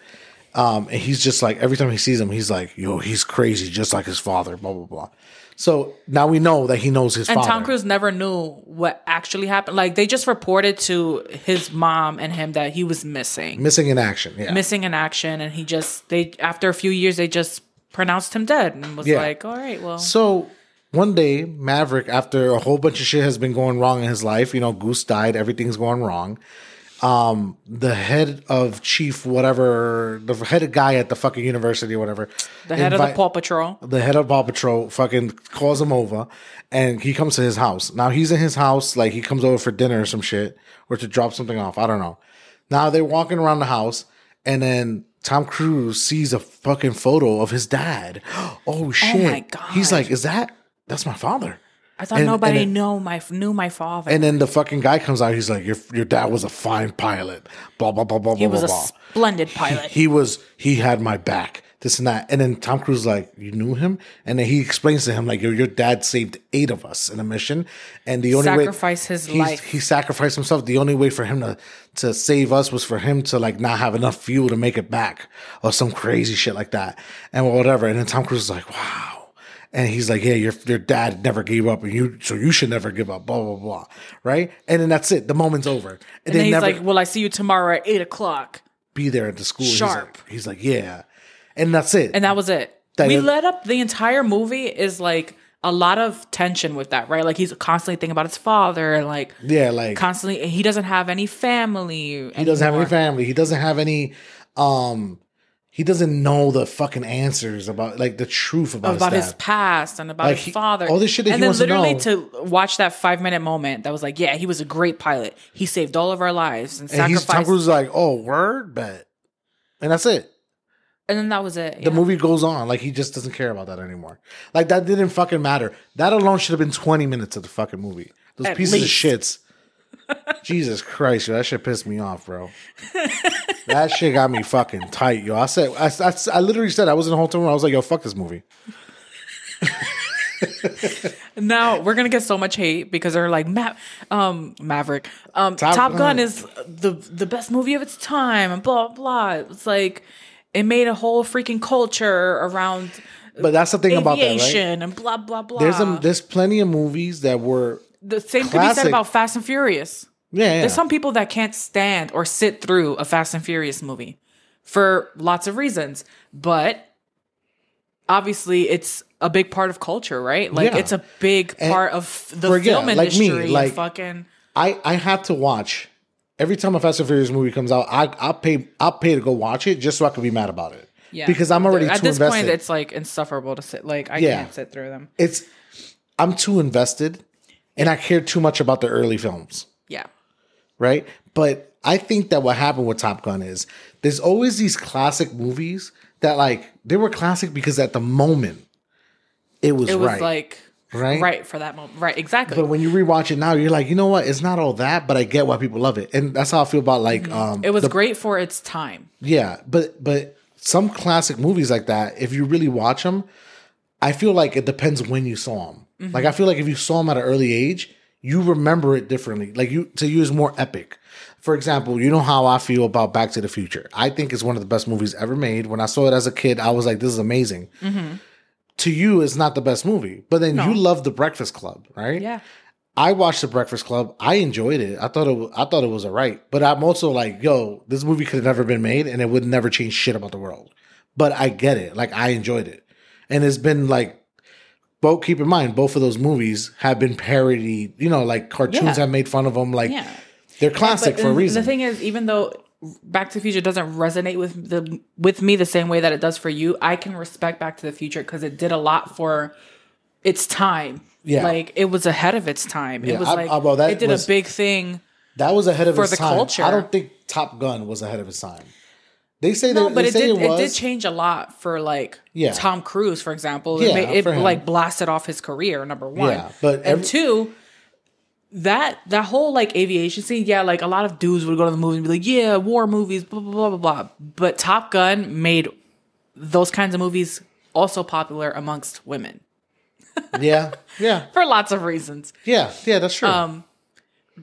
S3: Um, and he's just like every time he sees him, he's like, "Yo, he's crazy, just like his father." Blah blah blah. So now we know that he knows his
S2: And
S3: father.
S2: Tom Cruise never knew what actually happened. Like they just reported to his mom and him that he was missing,
S3: missing in action. Yeah,
S2: missing in action, and he just they after a few years they just pronounced him dead and was
S3: Yeah.
S2: like, all right, well,
S3: So one day, Maverick, after a whole bunch of shit has been going wrong in his life, you know, Goose died, everything's going wrong. Um, the head of chief, whatever, the head guy at the fucking university or whatever,
S2: The head of the
S3: invite-
S2: Paw Patrol.
S3: the head of Paw Patrol fucking calls him over and he comes to his house. Now he's in his house, like he comes over for dinner or some shit or to drop something off. I don't know. Now they're walking around the house and then Tom Cruise sees a fucking photo of his dad. Oh shit.
S2: God.
S3: He's like, Is that that's my father?
S2: I thought
S3: and-
S2: nobody
S3: and-
S2: knew my knew my father.
S3: And then the fucking guy comes out. He's like, "Your your dad was a fine pilot." Blah blah blah blah
S2: he
S3: blah
S2: was
S3: blah
S2: a
S3: blah.
S2: splendid pilot.
S3: he was he had my back this and that and then tom cruise like you knew him and then he explains to him like your, your dad saved eight of us in a mission and the only
S2: Sacrificed
S3: way
S2: his
S3: he's-
S2: life.
S3: he sacrificed himself the only way for him to to save us was for him to like not have enough fuel to make it back or some crazy shit like that and whatever and then tom cruise is like wow and he's like, "Yeah, your your dad never gave up, and you so you should never give up." Blah blah blah, right? And then that's it. The moment's over, and,
S2: and
S3: they
S2: he's
S3: never
S2: like, "Will I see you tomorrow at eight o'clock?"
S3: be there at the school. He's
S2: Sharp.
S3: like- He's like, "Yeah," and that's it.
S2: And that was it.
S3: That
S2: we
S3: is-
S2: let up the entire movie is like a lot of tension with that, right? Like he's constantly thinking about his father and like
S3: Yeah, like
S2: constantly he doesn't have any family.
S3: he doesn't have any family. He doesn't have any um he doesn't know the fucking answers about like the truth about,
S2: about
S3: his,
S2: his
S3: dad.
S2: past and about
S3: Like,
S2: his
S3: he-
S2: father.
S3: all this shit that
S2: and
S3: he
S2: then
S3: wants to
S2: literally
S3: know.
S2: to, watch that five minute moment that was like, yeah, he was a great pilot. He saved all of our lives and,
S3: And he's Tom
S2: sacrificed.
S3: Cruise is like, oh word, bet. And that's it.
S2: and then that was it.
S3: The
S2: yeah.
S3: movie goes on. Like he just doesn't care about that anymore. Like that didn't fucking matter. That alone should have been 20 minutes of the fucking movie. Those
S2: At
S3: pieces
S2: least.
S3: of shits. Jesus Christ, yo, that shit pissed me off, bro. that shit got me fucking tight, yo. I said, I, I, I literally said, I was in the hotel room. I was like, yo, fuck this movie.
S2: Now we're gonna get so much hate because they're like Ma- um, Maverick, um,
S3: Top
S2: Top,
S3: Gun.
S2: Gun is the the best movie of its time, and blah blah. It's like it made a whole freaking culture around
S3: But that's the thing about that, right?
S2: aviation Ah. and blah blah blah.
S3: There's a, there's plenty of movies that were
S2: the same could be
S3: classic-
S2: said about Fast and Furious.
S3: yeah, yeah.
S2: There's some people that can't stand or sit through a Fast and Furious movie for lots of reasons, but obviously it's a big part of culture, right? Like
S3: Yeah.
S2: it's a big
S3: And
S2: part of the
S3: forget,
S2: film
S3: like me,
S2: industry.
S3: like-
S2: fucking
S3: I I have to watch every time a Fast and Furious movie comes out. I I pay I pay to go watch it just so I can be mad about it.
S2: yeah.
S3: because I'm already
S2: at
S3: too
S2: this
S3: invested.
S2: point. It's like insufferable to sit. Like I
S3: Yeah.
S2: can't sit through them.
S3: it's I'm too invested, and I care too much about the early films.
S2: Yeah,
S3: right? But I think that what happened with Top Gun is there's always these classic movies that like they were classic because at the moment it was,
S2: it was
S3: right,
S2: like
S3: right,
S2: right for that moment. Right, exactly.
S3: But when you rewatch it now, you're like, you know what? It's not all that, but I get why people love it, and that's how I feel about like, um,
S2: Mm-hmm. it was great for its time.
S3: yeah. But but some classic movies like that, if you really watch them, I feel like it depends when you saw them. Like I feel like if you saw them at an early age, you remember it differently. Like you to you is more epic. For example, you know how I feel about Back to the Future. I think it's one of the best movies ever made. When I saw it as a kid, I was like, "This is amazing." To you, it's not the best movie, but then you love The Breakfast Club, right?
S2: Yeah,
S3: I watched The Breakfast Club. I enjoyed it. I thought it. wa- I thought it was alright. But I'm also like, yo, this movie could have never been made, and it would never change shit about the world. But I get it. Like I enjoyed it, and it's been like. Both keep in mind, both of those movies have been parodied. You know, like cartoons
S2: Yeah.
S3: have made fun of them. Like
S2: Yeah.
S3: they're classic
S2: But
S3: for a
S2: the-
S3: reason.
S2: The thing is, even though Back to the Future doesn't resonate with the with me the same way that it does for you, I can respect Back to the Future because it did a lot for its time.
S3: Yeah.
S2: like it was ahead of its time.
S3: Yeah,
S2: it was
S3: I-
S2: like
S3: I- well, that
S2: it did
S3: was-
S2: a big thing.
S3: that was ahead of
S2: for
S3: its
S2: the
S3: time.
S2: culture.
S3: I don't think Top Gun was ahead of its time. They say
S2: No,
S3: that,
S2: but
S3: they
S2: it
S3: say
S2: did
S3: it
S2: it,
S3: was.
S2: did change a lot for like
S3: Yeah.
S2: Tom Cruise, for example.
S3: Yeah,
S2: it ma- it,
S3: for him.
S2: like blasted off his career. Number one,
S3: Yeah, but
S2: and
S3: every-
S2: two, that that whole like aviation scene, yeah, like a lot of dudes would go to the movies and be like, yeah, war movies, blah blah blah blah blah. But Top Gun made those kinds of movies also popular amongst women
S3: yeah, yeah,
S2: for lots of reasons.
S3: yeah, yeah. That's true.
S2: Um,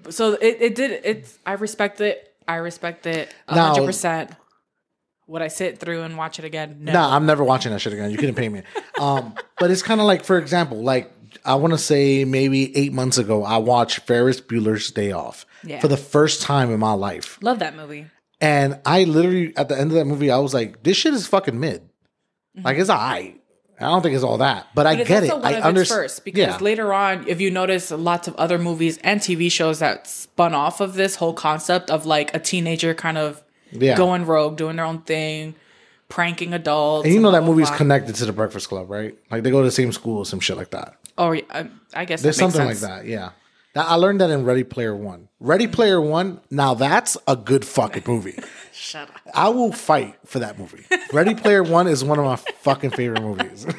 S2: So it, it did it. I respect it. I respect it a
S3: Now-
S2: hundred percent. Would I sit through and watch it again? No.
S3: No, I'm never watching that shit again. You couldn't pay me. Um, but it's kind of like, for example, like I want to say maybe eight months ago, I watched Ferris Bueller's Day Off
S2: Yeah.
S3: for the first time in my life,
S2: Love that movie.
S3: and I literally at the end of that movie, I was like, "This shit is fucking mid. Like it's alright. I don't think it's all that, but, I
S2: Mm-hmm. But it's
S3: get it.
S2: also one
S3: I
S2: of its
S3: understand.
S2: first because later on, if you notice, lots of other movies and TV shows that spun off of this whole concept of like a teenager kind of
S3: Yeah.
S2: going rogue, doing their own thing, pranking adults.
S3: and you know that movie's
S2: blah.
S3: connected to the Breakfast Club, right? Like they go to the same school or some shit like that.
S2: Oh, yeah, I, I guess
S3: There's
S2: that makes
S3: something
S2: sense.
S3: like that. Yeah. That, I learned that in Ready Player One. Ready Player One. Now that's a good fucking movie.
S2: Shut up.
S3: I will fight for that movie. Ready Player One is one of my fucking favorite movies. and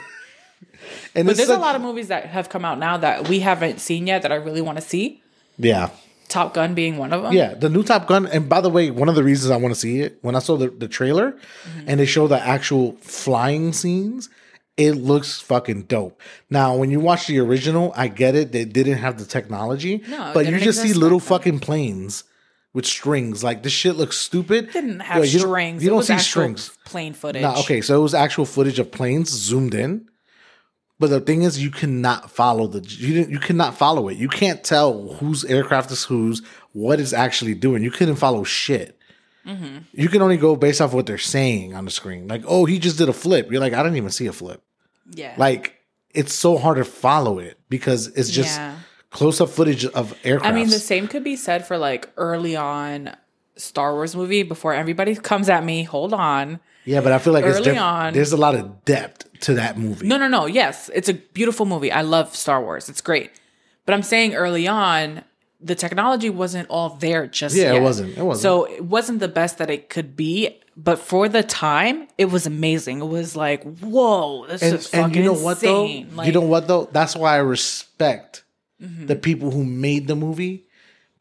S2: But
S3: it's
S2: there's
S3: such-
S2: a lot of movies that have come out now that we haven't seen yet that I really want to see.
S3: yeah,
S2: Top Gun being one of them.
S3: yeah. The new Top Gun. And by the way, one of the reasons I want to see it when I saw the, the trailer and they show the actual flying scenes. It looks fucking dope. Now, when you watch the original, I get it. They didn't have the technology,
S2: No, it
S3: but you
S2: didn't
S3: just see
S2: exist
S3: little
S2: back then.
S3: fucking planes with strings. Like this shit looks stupid.
S2: Didn't
S3: Yo,
S2: have
S3: you don't-
S2: strings.
S3: You
S2: It
S3: don't
S2: was
S3: see
S2: actual
S3: strings.
S2: Plain footage.
S3: Nah, okay, so it was actual footage of planes zoomed in. But the thing is, you cannot follow the you didn't, you cannot follow it. You can't tell whose aircraft is whose, what is actually doing. You couldn't follow shit.
S2: Mm-hmm.
S3: You can only go based off what they're saying on the screen. Like, oh, he just did a flip. You're like, I didn't even see a flip.
S2: Yeah.
S3: Like, it's so hard to follow it because it's just
S2: Yeah.
S3: close up footage of aircraft.
S2: I mean, the same could be said for like early on Star Wars movie before everybody comes at me. Hold on.
S3: yeah, but I feel like it's
S2: early
S3: diff-
S2: on-
S3: There's a lot of depth to that movie.
S2: No, no, no. Yes, it's a beautiful movie. I love Star Wars. It's great. But I'm saying early on, the technology wasn't all there just
S3: Yeah, it
S2: yet.
S3: wasn't. It wasn't.
S2: So it wasn't the best that it could be. But for the time, it was amazing. It was like, whoa, this is fucking insane. Mm-hmm.
S3: though?
S2: Like,
S3: you know what though? That's why I respect the people who made the movie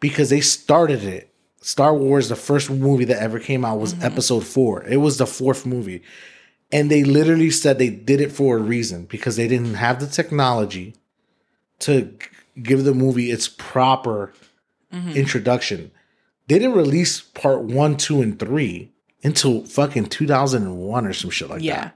S3: because they started it. Star Wars, the first movie that ever came out was
S2: Mm-hmm.
S3: episode four. It was the fourth movie. And they literally said they did it for a reason because they didn't have the technology to g- give the movie its proper
S2: Mm-hmm.
S3: introduction. They didn't release part one, two, and three until fucking 2001 or some shit like that
S2: Yeah.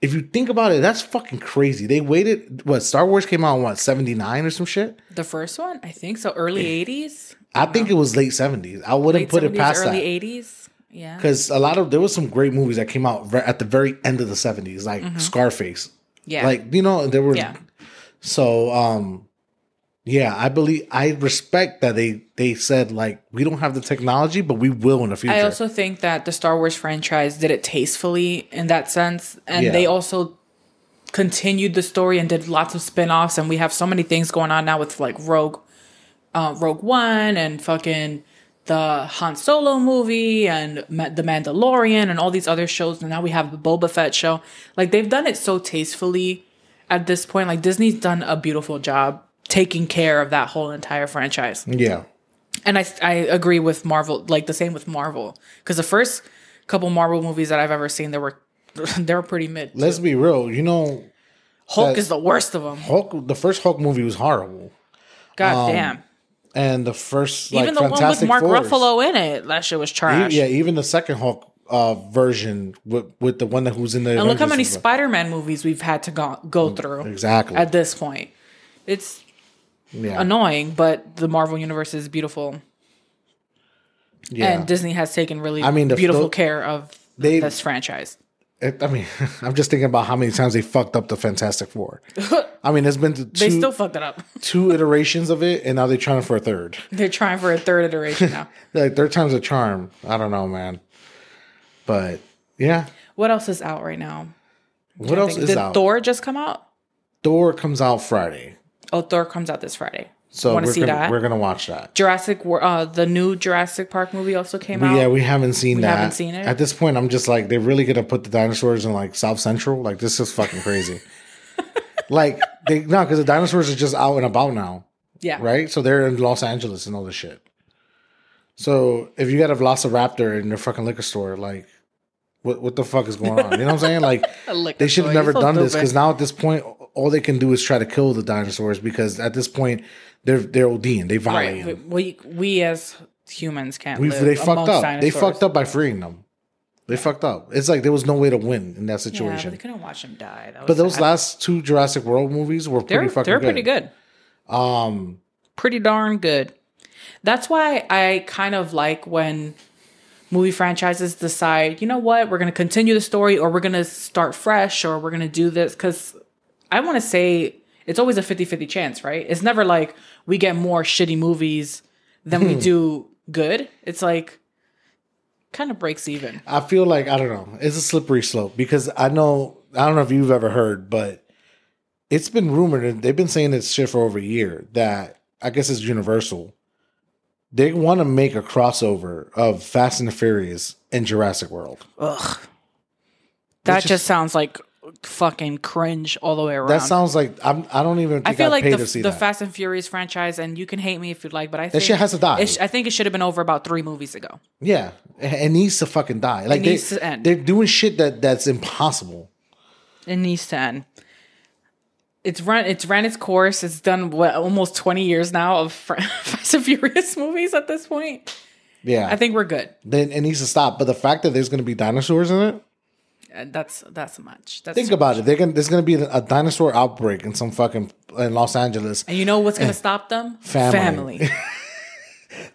S3: if you think about it, that's fucking crazy. They waited. What Star Wars came out in what seventy nine or some shit.
S2: The first one, I think so. Early 80s?
S3: I think it was late seventies. I wouldn't
S2: Late
S3: put it
S2: 70s,
S3: past
S2: early
S3: that
S2: 80s. Yeah.
S3: because a lot of there was some great movies that came out ver- at the very end of the seventies, like Scarface.
S2: Mm-hmm. Yeah.
S3: Like you know there were.
S2: Yeah.
S3: So um, yeah, I believe I respect that they they said like we don't have the technology, but we will in the future.
S2: I also think that the Star Wars franchise did it tastefully in that sense. And
S3: Yeah.
S2: they also continued the story and did lots of spin offs. And we have so many things going on now with like Rogue, uh, Rogue One and fucking the Han Solo movie and Ma- The Mandalorian and all these other shows. And now we have the Boba Fett show. Like they've done it so tastefully at this point. Like Disney's done a beautiful job taking care of that whole entire franchise
S3: yeah.
S2: and I I agree with Marvel, like the same with Marvel, because the first couple Marvel movies that I've ever seen, they were they were pretty mid.
S3: Let's be real. You know,
S2: Hulk
S3: that-
S2: is the worst of them.
S3: Hulk. The first Hulk movie was horrible,
S2: God damn!
S3: and the first like
S2: Even the one with
S3: Um, Fantastic
S2: Mark
S3: Fours-
S2: Ruffalo in it, that shit was
S3: E-
S2: trash.
S3: Yeah, even the second Hulk uh, version with with the one that who's in the.
S2: and look how many
S3: Avengers as well.
S2: Spider-Man movies we've had to go go through.
S3: Exactly.
S2: At this point, it's
S3: yeah.
S2: annoying, but the Marvel universe is beautiful,
S3: yeah.
S2: and Disney has taken really
S3: I mean, the-
S2: beautiful
S3: the-
S2: care of
S3: they-
S2: this franchise.
S3: It- I mean, I'm just thinking about how many times they fucked up the Fantastic Four. I mean, there's been two,
S2: They still fucked it up.
S3: two iterations of it, and now they're trying for a third.
S2: They're trying for a third iteration now.
S3: Like third time's a charm. I don't know, man. But yeah,
S2: what else is out right now?
S3: what else
S2: think-
S3: is
S2: Did
S3: out? Thor-,
S2: Thor just come out?
S3: comes out Friday,
S2: Oh, Thor comes out this Friday.
S3: so
S2: want to
S3: we're
S2: see
S3: gonna,
S2: that?
S3: we're gonna watch that.
S2: Jurassic, Wor- uh, the new Jurassic Park movie also came
S3: But
S2: out.
S3: yeah, we haven't seen that.
S2: haven't seen it?
S3: At this point, I'm just like, they're really gonna put the dinosaurs in like South Central. Like this is fucking crazy. like they no, because the dinosaurs are just out and about now,
S2: yeah,
S3: right? So they're in Los Angeles and all this shit. So if you got a Velociraptor in your fucking liquor store, like, what what the fuck is going on? You know what I'm saying? Like,
S2: A liquor
S3: they should have
S2: store,
S3: never
S2: you're so
S3: done this because
S2: stupid.
S3: now at this point, all they can do is try to kill the dinosaurs because at this point, they're they're ODing, they violating.
S2: right. We, we we as humans can't.
S3: We
S2: live
S3: they fucked
S2: amongst
S3: up.
S2: Dinosaurs.
S3: They fucked up by freeing them. They fucked up. It's like there was no way to win in that
S2: Yeah, but
S3: situation.
S2: they couldn't watch him die. That
S3: but
S2: was
S3: those
S2: sad.
S3: last two Jurassic World movies were
S2: they're
S3: pretty fucking
S2: they're
S3: good.
S2: pretty good.
S3: Um,
S2: pretty darn good. That's why I kind of like when movie franchises decide, you know what, we're going to continue the story or we're going to start fresh or we're going to do this. Because I want to say it's always a 50 50 chance, right? It's never like we get more shitty movies than we do good. It's like kind of breaks even.
S3: I feel like I don't know. It's a slippery slope because I know I don't know if you've ever heard, but it's been rumored and they've been saying this shit for over a year that I guess it's universal. They want to make a crossover of Fast and the Furious and Jurassic World.
S2: Ugh. That
S3: Which is-
S2: just sounds like fucking cringe all the way around.
S3: That sounds like I'm. I don't even. Think
S2: I feel like
S3: pay
S2: the,
S3: to see
S2: the
S3: that.
S2: Fast and Furious franchise, and you can hate me if you'd like, but I think
S3: That shit has to die.
S2: it sh- I think it should have been over about three movies ago.
S3: yeah, it needs to fucking die. Like they,
S2: needs to end.
S3: they're doing shit that that's impossible.
S2: It needs to end. It's run. It's ran its course. It's done what almost twenty years now of fr- Fast and Furious movies. At this point,
S3: Yeah,
S2: I think we're good.
S3: then it needs to stop. But the fact that there's going to be dinosaurs in it,
S2: Uh, That's that's much. That's
S3: Think about it. They're gonna, there's going to be a dinosaur outbreak in some fucking in Los Angeles.
S2: and you know what's gonna stop them?
S3: Family.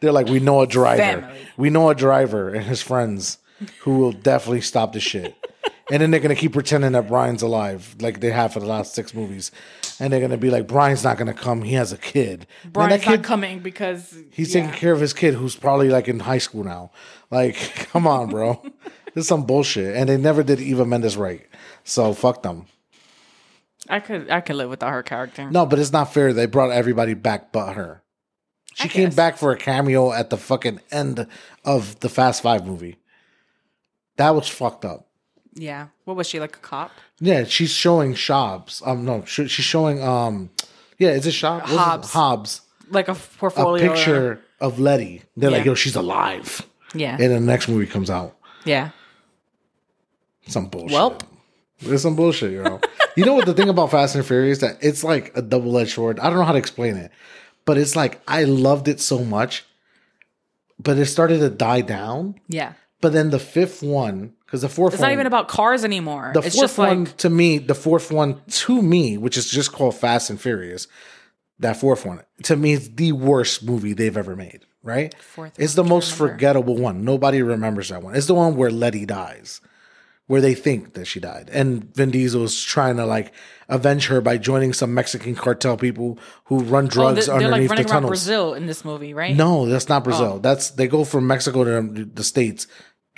S3: They're like, we know a driver.
S2: Family.
S3: We know a driver and his friends who will definitely stop the shit. and then they're going to keep pretending that Brian's alive, like they have for the last six movies. And they're going to be like, Brian's not going to come. He has a kid. Man, that
S2: Brian's
S3: kid,
S2: not coming because
S3: He's
S2: yeah.
S3: taking care of his kid who's probably like in high school now. Like, come on, bro. this is some bullshit. And they never did Eva Mendes right. So fuck them.
S2: I could I could live without her character.
S3: No, but it's not fair. They brought everybody back but her. She
S2: I
S3: came
S2: guess.
S3: back for a cameo at the fucking end of the Fast Five movie. That was fucked up.
S2: Yeah. What was she like a cop?
S3: Yeah, she's showing Shobbs. Um, no, sh- she's showing um, yeah, is it Shobbs?
S2: Hobbs.
S3: Hobbs.
S2: Like a
S3: A
S2: portfolio. or-
S3: picture of Letty. They're like,
S2: Yeah.
S3: yo, she's alive.
S2: Yeah.
S3: And the next movie comes out.
S2: yeah.
S3: Some bullshit.
S2: Well,
S3: There's some bullshit, you know. you know what the thing about Fast and Furious that it's like a double edged sword. I don't know how to explain it, but it's like I loved it so much, but it started to die down.
S2: yeah.
S3: But then the fifth one, because the fourth
S2: It's
S3: one,
S2: not even about cars anymore.
S3: the
S2: it's
S3: fourth
S2: just
S3: one
S2: like
S3: to me, the fourth one to me, which is just called Fast and Furious, that fourth one to me is the worst movie they've ever made. Right?
S2: Fourth
S3: it's
S2: one,
S3: the
S2: I
S3: most
S2: remember.
S3: forgettable one. Nobody remembers that one. It's the one where Letty dies, where they think that she died, and Vin Diesel's trying to like avenge her by joining some Mexican cartel people who run
S2: oh,
S3: drugs
S2: they're, they're
S3: underneath
S2: like running
S3: the
S2: around
S3: tunnels.
S2: Brazil in this movie, right?
S3: No, that's not
S2: Oh.
S3: Brazil. That's they go from Mexico to the states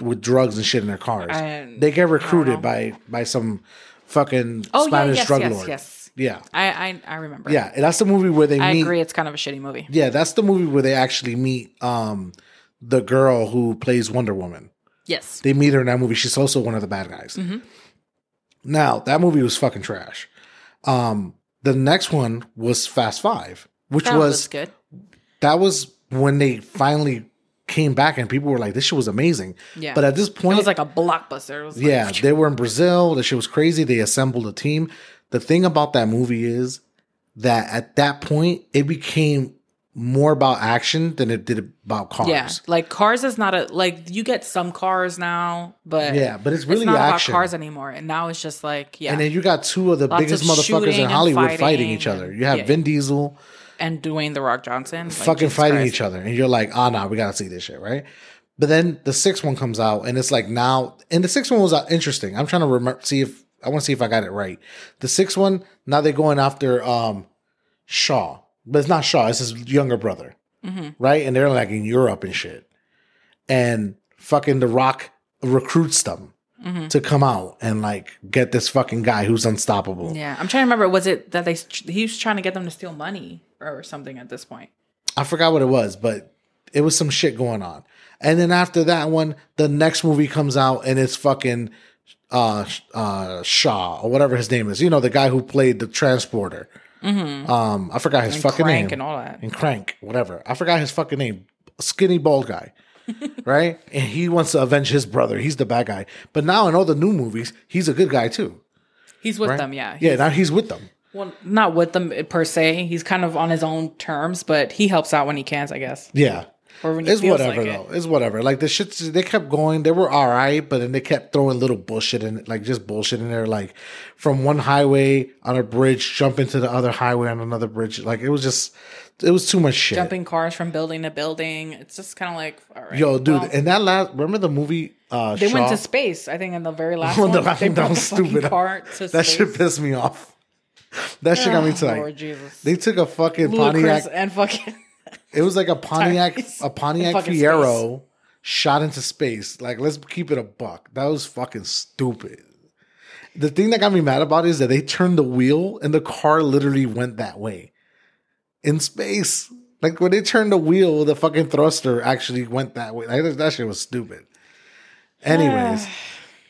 S3: with drugs and shit in their cars.
S2: I-
S3: they get
S2: know.
S3: recruited by by some fucking
S2: Oh, yeah,
S3: Spanish
S2: yes,
S3: drug
S2: yes,
S3: lord.
S2: yes.
S3: Yeah,
S2: I I, I remember.
S3: yeah. And that's the movie where they
S2: I
S3: meet.
S2: agree. It's kind of a shitty movie.
S3: Yeah, that's the movie where they actually meet um the girl who plays Wonder Woman.
S2: Yes.
S3: They meet her in that movie. She's also one of the bad guys.
S2: Mm-hmm.
S3: Now that movie was fucking trash. Um, the next one was Fast Five, which
S2: That was good.
S3: that was when they finally came back and people were like, this shit was amazing.
S2: Yeah.
S3: But at this
S2: It
S3: point,
S2: was like a blockbuster. It was like,
S3: yeah, they were in Brazil. The shit was crazy. They assembled a team. The thing about that movie is that at that point, it became more about action than it did about cars.
S2: Yeah. Like cars is not a like you get some cars now, but
S3: Yeah, but it's really
S2: not
S3: action.
S2: about cars anymore. And now it's just like yeah,
S3: And
S2: and,
S3: then you got two of the
S2: Lots
S3: biggest
S2: of
S3: motherfuckers
S2: shooting
S3: in
S2: and
S3: Hollywood fighting,
S2: fighting
S3: each other.
S2: and-
S3: You have
S2: yeah.
S3: Vin Diesel
S2: Dwayne the Rock Johnson like,
S3: fucking
S2: Jesus
S3: fighting
S2: Christ.
S3: each other. And you're like, ah, nah, we got to see this shit, right? But then the sixth one comes out, and it's like now, and the sixth one was uh, interesting. I'm trying to remember, see if I want to see if I got it right. The sixth one, now they're going after um Shaw, but it's not Shaw, it's his younger brother,
S2: Mm-hmm.
S3: right? And they're like in Europe and shit. And fucking The Rock recruits them
S2: Mm-hmm.
S3: to come out and like get this fucking guy who's unstoppable.
S2: Yeah, I'm trying to remember. Was it that they he was trying to get them to steal money or something at this point?
S3: I forgot what it was, but it was some shit going on. And then after that one, the next movie comes out and it's fucking uh uh Shaw or whatever his name is. You know, the guy who played the transporter. Um, I forgot his fucking
S2: Crank
S3: name.
S2: Mm-hmm. and all that.
S3: and crank, whatever. I forgot his fucking name. Skinny bald guy. right? And he wants to avenge his brother. He's the bad guy. But now in all the new movies, he's a good guy too.
S2: He's with
S3: Right?
S2: them, yeah. He-
S3: Yeah, now he's with them.
S2: Well, not with them per se. He's kind of on his own terms, but he helps out when he can, I guess.
S3: Yeah.
S2: Or when it
S3: It's
S2: feels
S3: whatever
S2: like it.
S3: though. It's whatever. Like the shits they kept going. They were all right, but then they kept throwing little bullshit in, like just bullshit in there, like from one highway on a bridge, jump into the other highway on another bridge. Like it was just, it was too much shit.
S2: Jumping cars from building to building. It's just kind of like, all right.
S3: Yo, dude,
S2: well,
S3: and that last remember the movie? Uh,
S2: they went
S3: Shaw?
S2: to space. I think in the very last
S3: Well,
S2: one,
S3: the last
S2: they
S3: one, that
S2: brought the
S3: was
S2: fucking
S3: stupid. uh,
S2: car to
S3: That
S2: space. Ah,
S3: shit pissed me off. That shit got me to
S2: Lord
S3: like.
S2: Jesus.
S3: They took a fucking
S2: Ludicrous
S3: Pontiac.
S2: and fucking.
S3: It was like a Pontiac,
S2: Tires.
S3: a Pontiac
S2: Fucking
S3: Fiero shot into space. Like, let's keep it a buck. That was fucking stupid. The thing that got me mad about it is that they turned the wheel and the car literally went that way in space. Like when they turned the wheel, the fucking thruster actually went that way. Like, that- that shit was stupid. Anyways,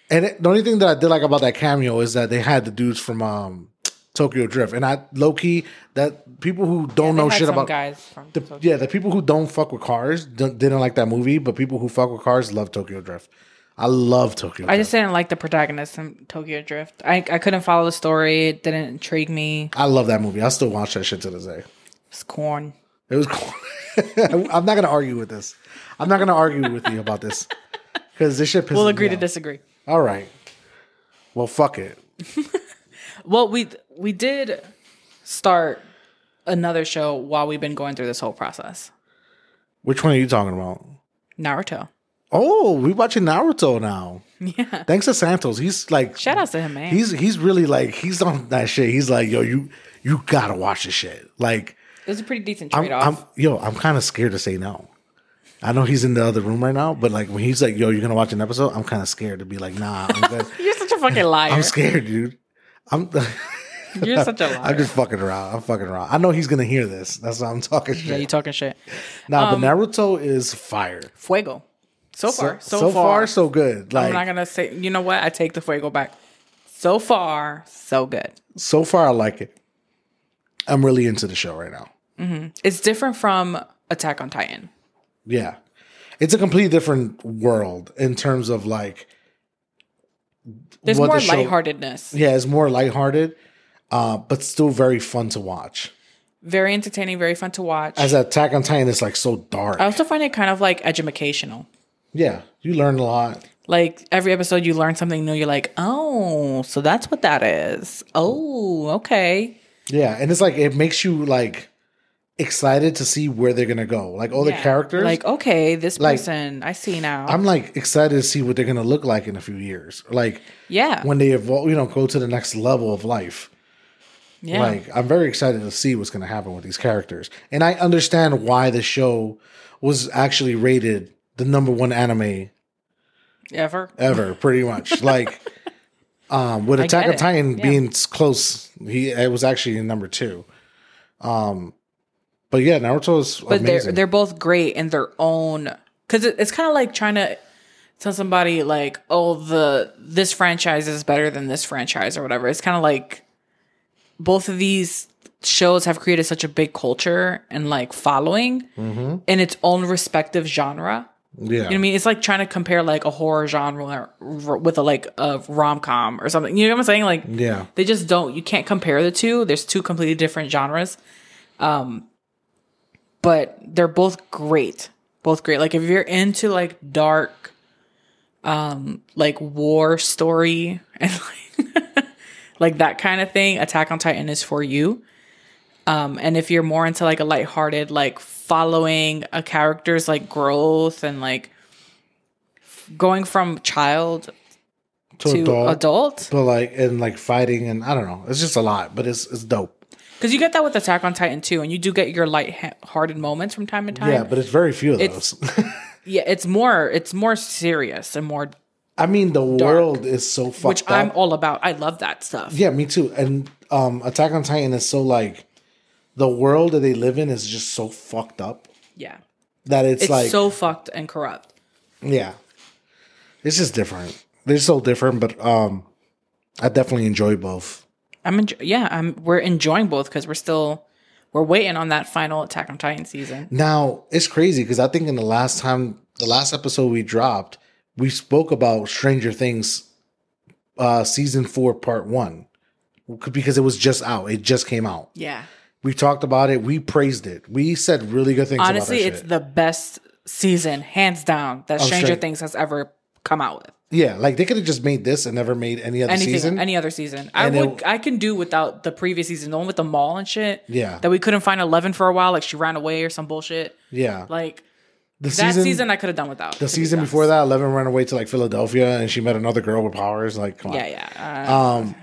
S3: and it, the only thing that I did like about that cameo is that they had the dudes from um, Tokyo Drift, and I low key that people who don't know
S2: They had
S3: shit
S2: some
S3: about
S2: guys from
S3: the, yeah, the people who don't fuck with cars don't, didn't like that movie, but people who fuck with cars love Tokyo Drift. I love Tokyo
S2: I
S3: Drift.
S2: just didn't like the protagonist in Tokyo Drift. I I couldn't follow the story. It didn't intrigue me.
S3: I love that movie. I still watch that shit to this day.
S2: It's corn.
S3: It was cool. I'm not gonna argue with this. I'm not gonna argue with you about this because this shit. Pisses
S2: We'll agree
S3: me
S2: to
S3: off.
S2: disagree.
S3: All right. Well, fuck it.
S2: Well, we we did start another show while we've been going through this whole process.
S3: Which one are you talking about?
S2: Naruto.
S3: Oh, we watching Naruto now. Yeah. Thanks to Santos. He's like
S2: Shout outs to him, man.
S3: he's he's really like he's on that shit. He's like, yo, you you gotta watch this shit. Like
S2: it was a pretty decent
S3: I'm,
S2: trade
S3: I'm
S2: off.
S3: yo, I'm kind of scared to say no. I know he's in the other room right now, but like when he's like, yo, you're gonna watch an episode, I'm kind of scared to be like, nah, I'm good.
S2: You're such a fucking liar.
S3: I'm scared, dude. I'm
S2: You're such a liar.
S3: I'm just fucking around. I'm fucking around. I know he's gonna hear this. That's why I'm talking
S2: yeah, you
S3: shit.
S2: talking shit.
S3: Nah, but Naruto is fire.
S2: Fuego. Um, So far, so,
S3: so
S2: far,
S3: so good. Like
S2: I'm not gonna say. You know what? I take the fuego back. So far, so good.
S3: so far I like it. I'm really into the show right now.
S2: It's different from Attack on Titan.
S3: Yeah. It's a completely different world in terms of like
S2: There's
S3: What
S2: more
S3: the show-
S2: lightheartedness.
S3: yeah, it's more lighthearted, uh, but still very fun to watch.
S2: Very entertaining. Very fun to watch.
S3: As Attack on Titan is like so dark.
S2: I also find it kind of like educational.
S3: yeah, you learn a lot.
S2: Like every episode, you learn something new. You're like, oh, so that's what that is. Oh, okay.
S3: Yeah, and it's like it makes you like excited to see where they're gonna go. Like all the
S2: Yeah.
S3: characters.
S2: Like, oh. okay, this
S3: Like-
S2: person I see now.
S3: I'm like excited to see what they're gonna look like in a few years. Like
S2: yeah,
S3: when they evolve, you know, go to the next level of life.
S2: yeah.
S3: Like, I'm very excited to see what's going to happen with these characters. And I understand why the show was actually rated the number one anime
S2: Ever.
S3: ever, pretty much. like, um, with Attack
S2: get
S3: on
S2: it.
S3: Titan
S2: Yeah.
S3: being s- close, he it was actually in number two. Um, but yeah, Naruto is
S2: but they're
S3: amazing.
S2: they're both great in their own because it, it's kind of like trying to tell somebody like oh the this franchise is better than this franchise or whatever it's kind of like both of these shows have created such a big culture and like following
S3: Mm-hmm.
S2: in its own respective genre
S3: yeah,
S2: you know what I mean? It's like trying to compare like a horror genre with a like a rom com or something. You know what I'm saying? Like,
S3: Yeah.
S2: they just don't. You can't compare the two. There's two completely different genres. Um, but they're both great. Both great. Like if you're into like dark, um, like war story and like like that kind of thing, Attack on Titan is for you. Um, and if you're more into like a lighthearted, like following a character's like growth and like f- going from child
S3: to,
S2: to
S3: adult,
S2: adult,
S3: but like and like fighting and I don't know, it's just a lot, but it's it's dope.
S2: because you get that with Attack on Titan too, and you do get your light-hearted moments from time to time.
S3: Yeah, but it's very few of those.
S2: yeah, it's more it's more serious and more,
S3: I mean, the world is so fucked
S2: which
S3: up.
S2: I'm all about. I love that stuff.
S3: Yeah, me too. And um Attack on Titan is so like the world that they live in is just so fucked up
S2: Yeah,
S3: that it's,
S2: it's
S3: like
S2: so fucked and corrupt.
S3: yeah. It's just different. They're so different, but um I definitely enjoy both.
S2: I'm enjo- yeah, I'm we're enjoying both because we're still we're waiting on that final Attack on Titan season.
S3: Now, it's crazy cuz I think in the last time the last episode we dropped, we spoke about Stranger Things uh season 4 part 1 because it was just out. It just came out.
S2: Yeah,
S3: We talked about it. We praised it. We said really good things about
S2: honestly,
S3: that
S2: it's
S3: shit. Oh,
S2: the best season, hands down, that
S3: Of
S2: Stranger
S3: Stran-
S2: Things has ever come out with.
S3: Yeah, like they could have just made this and never made any other
S2: Anything,
S3: season.
S2: any other season, I
S3: And it-
S2: would, I can do without the previous season, the one with the mall and shit.
S3: Yeah.
S2: that we couldn't find Eleven for a while, like she ran away or some bullshit.
S3: yeah,
S2: Like
S3: the
S2: that season, I could have done without.
S3: the season before that, Eleven ran away to like Philadelphia and she met another girl with powers. Like, come on.
S2: yeah, yeah, uh,
S3: Um,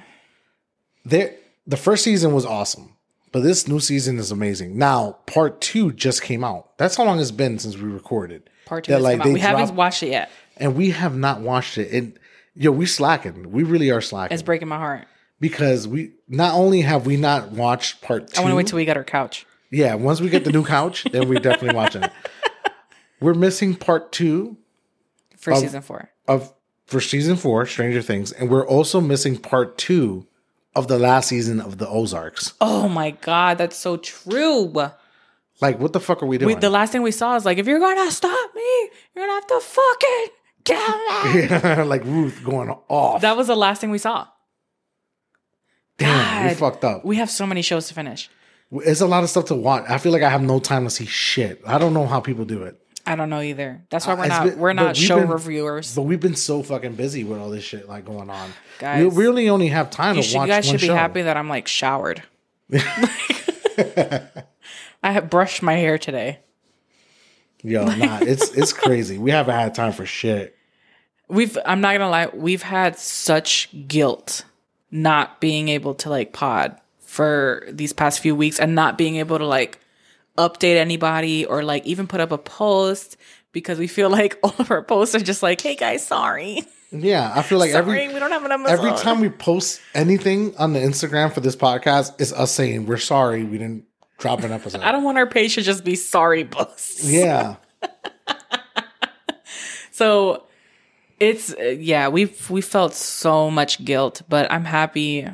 S3: there, the first season was awesome, but this new season is amazing. Now, part two just came out. That's how long it's been since we recorded.
S2: part two.
S3: that,
S2: has
S3: like,
S2: come out.
S3: they
S2: We haven't
S3: dropped-
S2: watched it yet.
S3: and we have not watched it. And yo, we slacking. We really are slacking
S2: It's breaking my heart.
S3: because we not only have we not watched part two.
S2: I want to wait till we get our couch.
S3: yeah, once we get the new couch, then we definitely watching it. We're missing part two
S2: for season four.
S3: of for season four, Stranger Things, and we're also missing part two of the last season of the Ozarks.
S2: Oh my god, that's so true.
S3: Like, what the fuck are we doing?
S2: We, the last thing we saw is like, if you're gonna stop me, you're gonna have to fucking kill me.
S3: like Ruth going off.
S2: that was the last thing we saw.
S3: Damn, we
S2: God.
S3: fucked up.
S2: We have so many shows to finish.
S3: it's a lot of stuff to watch. I feel like I have no time to see shit. I don't know how people do it.
S2: I don't know either. That's why
S3: Uh,
S2: we're
S3: it's
S2: not
S3: been-
S2: we're
S3: but
S2: not
S3: we've
S2: show
S3: been-
S2: reviewers.
S3: But we've been so fucking busy with all this shit like going on.
S2: Guys,
S3: we really only have time
S2: You,
S3: to
S2: should,
S3: watch
S2: you guys
S3: one
S2: should be
S3: show.
S2: happy that I'm like showered. I have brushed my hair today.
S3: Yo, nah, it's it's crazy. We haven't had time for shit.
S2: We've I'm not gonna lie, we've had such guilt not being able to like pod for these past few weeks and not being able to like update anybody or like even put up a post because we feel like all of our posts are just like, hey guys, sorry.
S3: Yeah, I feel like
S2: sorry,
S3: every
S2: we don't have enough.
S3: every time we post anything on the Instagram for this podcast, it's us saying we're sorry we didn't drop an episode.
S2: I don't want our page to just be sorry posts.
S3: yeah.
S2: So it's uh, yeah, we've we felt so much guilt, but I'm happy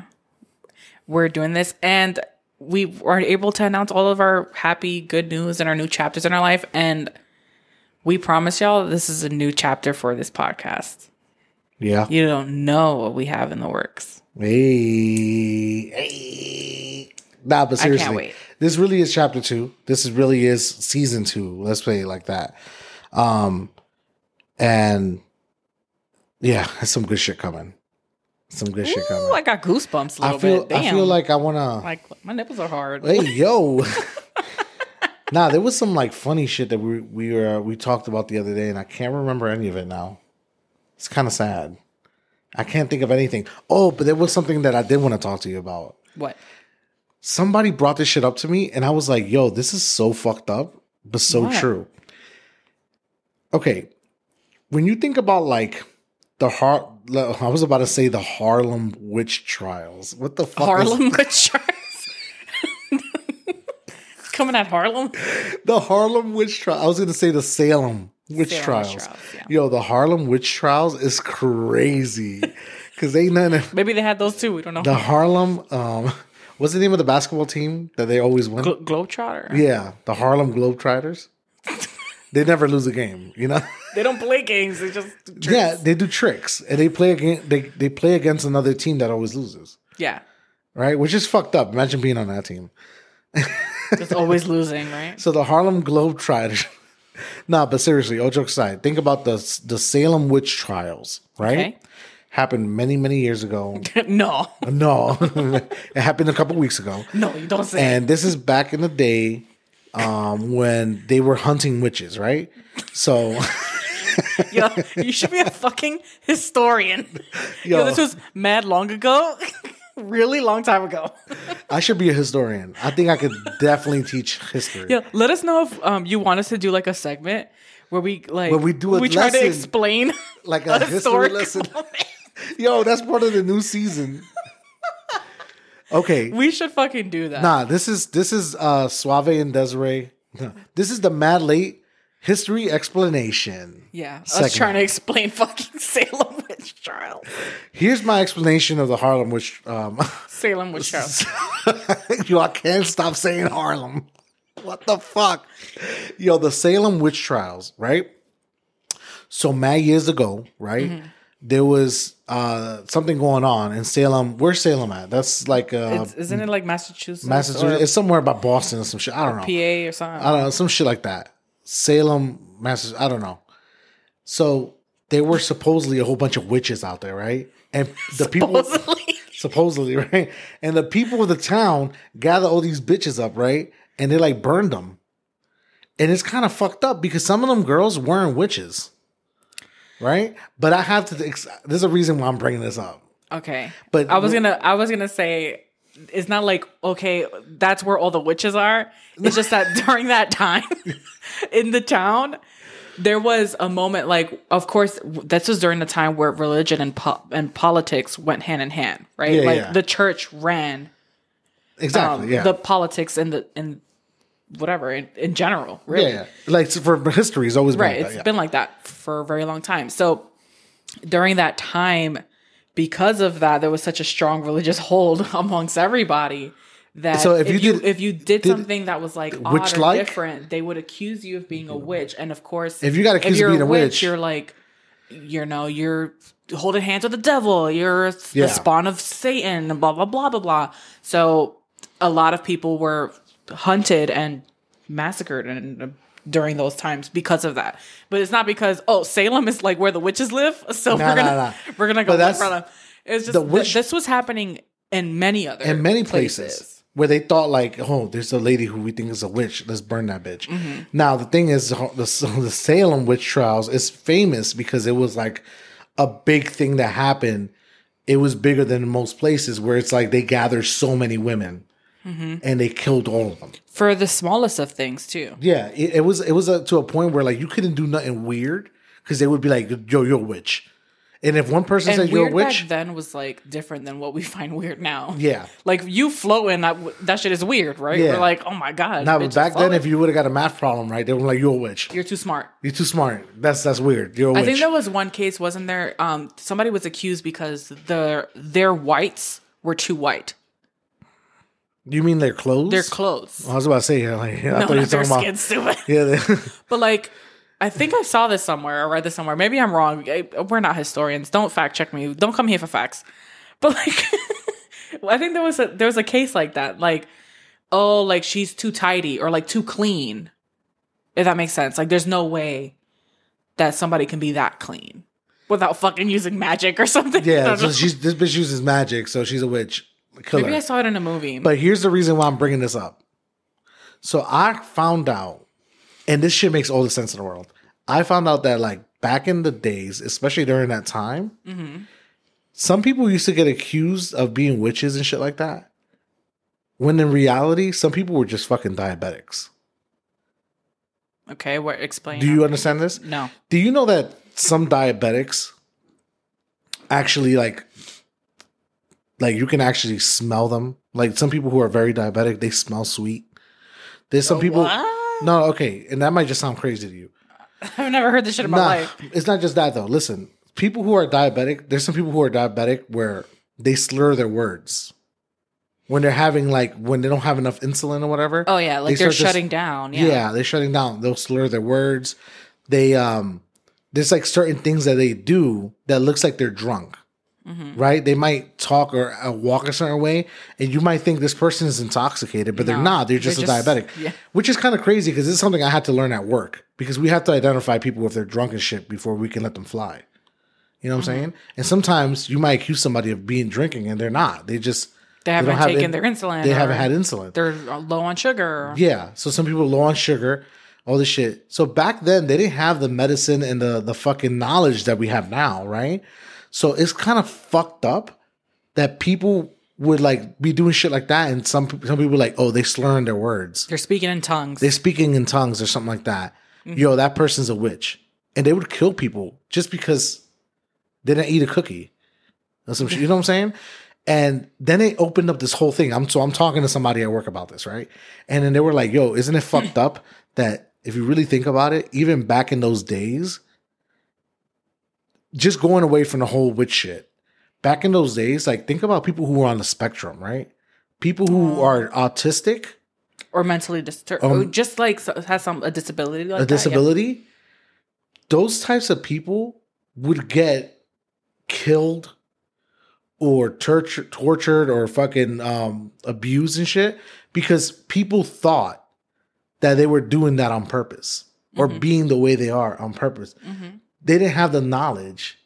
S2: we're doing this and we are able to announce all of our happy good news and our new chapters in our life and we promise y'all this is a new chapter for this podcast.
S3: Yeah.
S2: You don't know what we have in the works.
S3: Hey, hey. Nah, but
S2: can't
S3: seriously,
S2: wait.
S3: this really is chapter two. This is really is season two. Let's play it like that. Um, and yeah, that's some good shit coming. Some good shit
S2: Ooh, I
S3: coming.
S2: got goosebumps a
S3: I,
S2: little
S3: feel.
S2: bit. Damn.
S3: I feel like I wanna.
S2: like my nipples are hard.
S3: hey, yo. nah, there was some like funny shit that we we were we talked about the other day, and I can't remember any of it now. It's kind of sad. I can't think of anything. Oh, but there was something that I did want to talk to you about.
S2: What?
S3: somebody brought this shit up to me and I was like, yo, this is so fucked up, but so
S2: What?
S3: true. Okay. When you think about like the Har I was about to say the Harlem witch trials. What the fuck? is-
S2: Harlem with sharks. Coming at Harlem.
S3: the Harlem witch trial. I was gonna say the Salem witch
S2: Salem
S3: trials.
S2: witch trials, yeah.
S3: Yo, the Harlem witch trials is crazy. Cause ain't nothing.
S2: Maybe they had those too. We don't know.
S3: The Harlem, um, what's the name of the basketball team that they always win?
S2: Glo- Globetrotter.
S3: Yeah, the Harlem Globetrotters. they never lose a game, you know.
S2: They don't play games. They just tricks.
S3: yeah, they do tricks and they play against they, they play against another team that always loses,
S2: yeah.
S3: right? Which is fucked up. Imagine being on that team.
S2: Just always losing, right?
S3: So the Harlem Globetrotters. nah, but seriously, all jokes aside, think about the the Salem witch trials, right?
S2: Okay.
S3: Happened many many years ago.
S2: no,
S3: no, it happened a couple weeks ago.
S2: no, you don't say.
S3: and this is back in the day um, when they were hunting witches, right? So,
S2: Yo, you should be a fucking historian. Yo,
S3: Yo.
S2: this was mad long ago, really long time ago.
S3: I should be a historian. I think I could definitely teach history.
S2: Yo, let us know if um you want us to do like a segment where we like
S3: When we do a
S2: we try to
S3: lesson.
S2: explain
S3: Like a history
S2: historic
S3: lesson.
S2: moment.
S3: Yo, that's part of the new season. Okay.
S2: We should fucking do that.
S3: Nah, this is this is uh Suave and Desiree. No, This is the Mad Late History Explanation.
S2: Yeah, us
S3: Segment.
S2: trying to explain fucking Salem witch trial.
S3: Here's my explanation of the Harlem witch um
S2: Salem witch trial.
S3: Yo, I can't stop saying Harlem. What the fuck? Yo, the Salem witch trials, right? So mad years ago, right?
S2: Mm-hmm.
S3: There was uh something going on in Salem. Where's Salem at? That's like uh
S2: It's, isn't it like Massachusetts? or
S3: Massachusetts. It's somewhere about Boston or some shit. I don't know.
S2: PA or something.
S3: I don't know, some shit like that. Salem, Massachusetts. I don't know. So there were supposedly a whole bunch of witches out there, right? And the people supposedly, right? And the people of the town gather all these bitches up, right? And they like burned them. And it's kind of fucked up because some of them girls weren't witches, right? But I have to. ex- There's a reason why I'm bringing this up.
S2: Okay.
S3: But-
S2: I was gonna I was gonna say it's not like okay, that's where all the witches are. It's just that during that time in the town, there was a moment like of course this was during the time where religion and po- and politics went hand in hand, right?
S3: Yeah,
S2: like
S3: yeah.
S2: the church ran um,
S3: Exactly. yeah.
S2: the politics and the and whatever in, in general, really.
S3: yeah, yeah. Like so for history, it's always been
S2: Right.
S3: like
S2: it's
S3: that, yeah.
S2: been like that for a very long time. So during that time, because of that, there was such a strong religious hold amongst everybody that
S3: So if you did-
S2: if you did,
S3: did-
S2: something that was like odd or
S3: witch-like?
S2: different, they would accuse you of being a witch. And of course,
S3: If you got accused of
S2: you're
S3: being a witch-
S2: you're like, you know, you're holding hands with the devil. You're
S3: Yeah.
S2: the spawn of Satan. Blah blah blah blah blah. So a lot of people were hunted and massacred and during those times because of that. But it's not because oh Salem is like where the witches live, so
S3: Nah,
S2: we're gonna
S3: nah, nah.
S2: we're gonna go
S3: But
S2: look
S3: that's-
S2: for them. It's just
S3: the
S2: th-
S3: witch-
S2: this was happening in many other
S3: in many places, where they thought like, oh, there's a lady who we think is a witch. Let's burn that bitch.
S2: Mm-hmm.
S3: Now the thing is, the, the Salem witch trials is famous because it was like a big thing that happened. It was bigger than most places where it's like they gathered so many women
S2: Mm-hmm.
S3: and they killed all of them.
S2: for the smallest of things too.
S3: Yeah, it, it was it was uh to a point where like you couldn't do nothing weird because they would be like, yo, you're a witch. And if one person
S2: And
S3: said you're a
S2: weird
S3: witch,
S2: back then was like different than what we find weird now.
S3: Yeah.
S2: like you floating that that shit is weird, right?
S3: Yeah.
S2: We're like, oh my god.
S3: Now,
S2: bitch
S3: but
S2: is
S3: back then,
S2: floating.
S3: if you would have got a math problem right, they were like, "You're a witch.
S2: you're too smart.
S3: You're too smart. That's that's weird. You're a witch."
S2: I think there was one case, wasn't there? Um, somebody was accused because their their whites were too white.
S3: you mean their clothes? Oh,
S2: Their clothes.
S3: I was about to say, yeah, like, I
S2: no,
S3: thought you were
S2: not their
S3: talking about.
S2: skin, stupid.
S3: Yeah, they-
S2: But like, I think I saw this somewhere. I read this somewhere. Maybe I'm wrong. I- We're not historians. Don't fact check me. Don't come here for facts. But like, I think there was a there was a case like that. Like, oh, like she's too tidy or like too clean. If that makes sense. Like, there's no way that somebody can be that clean without fucking using magic or something. I
S3: yeah.
S2: don't
S3: so
S2: know.
S3: she's this bitch uses magic, so she's a witch killer.
S2: Maybe I saw it in a movie.
S3: but here's the reason why I'm bringing this up. So I found out, and this shit makes all the sense in the world. I found out that like back in the days, especially during that time,
S2: Mm-hmm.
S3: some people used to get accused of being witches and shit like that. When in reality, some people were just fucking diabetics.
S2: okay, we're explaining.
S3: Do you understand this?
S2: No.
S3: Do you know that some diabetics actually like like you can actually smell them? Like some people who are very diabetic, they smell sweet. There's some people
S2: What?
S3: No, okay, and that might just sound crazy to you.
S2: I've never heard this shit in my
S3: Nah,
S2: life.
S3: it's not just that though. Listen, people who are diabetic, there's some people who are diabetic where they slur their words. When they're having like when they don't have enough insulin or whatever.
S2: Oh yeah, like they are
S3: start to s-
S2: shutting down.
S3: yeah.
S2: Yeah.
S3: they're shutting down. They'll slur their words. They um there's like certain things that they do that looks like they're drunk. Right? They might talk or uh, walk a certain way and you might think this person is intoxicated, but they're
S2: No,
S3: not. They're just
S2: they're
S3: a
S2: just-
S3: diabetic.
S2: yeah.
S3: Which is kind of crazy because this is something I had to learn at work because we have to identify people if they're drunk and shit before we can let them fly. You know what I'm saying? And sometimes you might accuse somebody of being drinking and they're not. They just
S2: They
S3: don't
S2: haven't
S3: have
S2: taken
S3: in-
S2: their insulin.
S3: they
S2: or
S3: haven't had insulin.
S2: They're low on sugar.
S3: Yeah. So some people are low on sugar, all this shit. So back then they didn't have the medicine and the the fucking knowledge that we have now, right? So it's kind of fucked up that people would like be doing shit like that, and some some people like, oh, they slurring their words,
S2: They're speaking in tongues.
S3: they speaking in tongues or something like that. Yo, that person's a witch, and they would kill people just because they didn't eat a cookie or some shit. You know what I'm saying? And then they opened up this whole thing. I'm so I'm talking to somebody at work about this, right? And then they were like, "Yo, isn't it fucked up that if you really think about it, even back in those days, just going away from the whole witch shit. Back in those days, like think about people who were on the spectrum, right? People who are autistic,
S2: or mentally disturbed.
S3: Um,
S2: or just like so- has some a disability. Like
S3: a
S2: that, yeah.
S3: disability, those types of people would get killed or torture, tortured or fucking um, abused and shit because people thought that they were doing that on purpose. or
S2: Mm-hmm.
S3: being the way they are on purpose. They didn't have the knowledge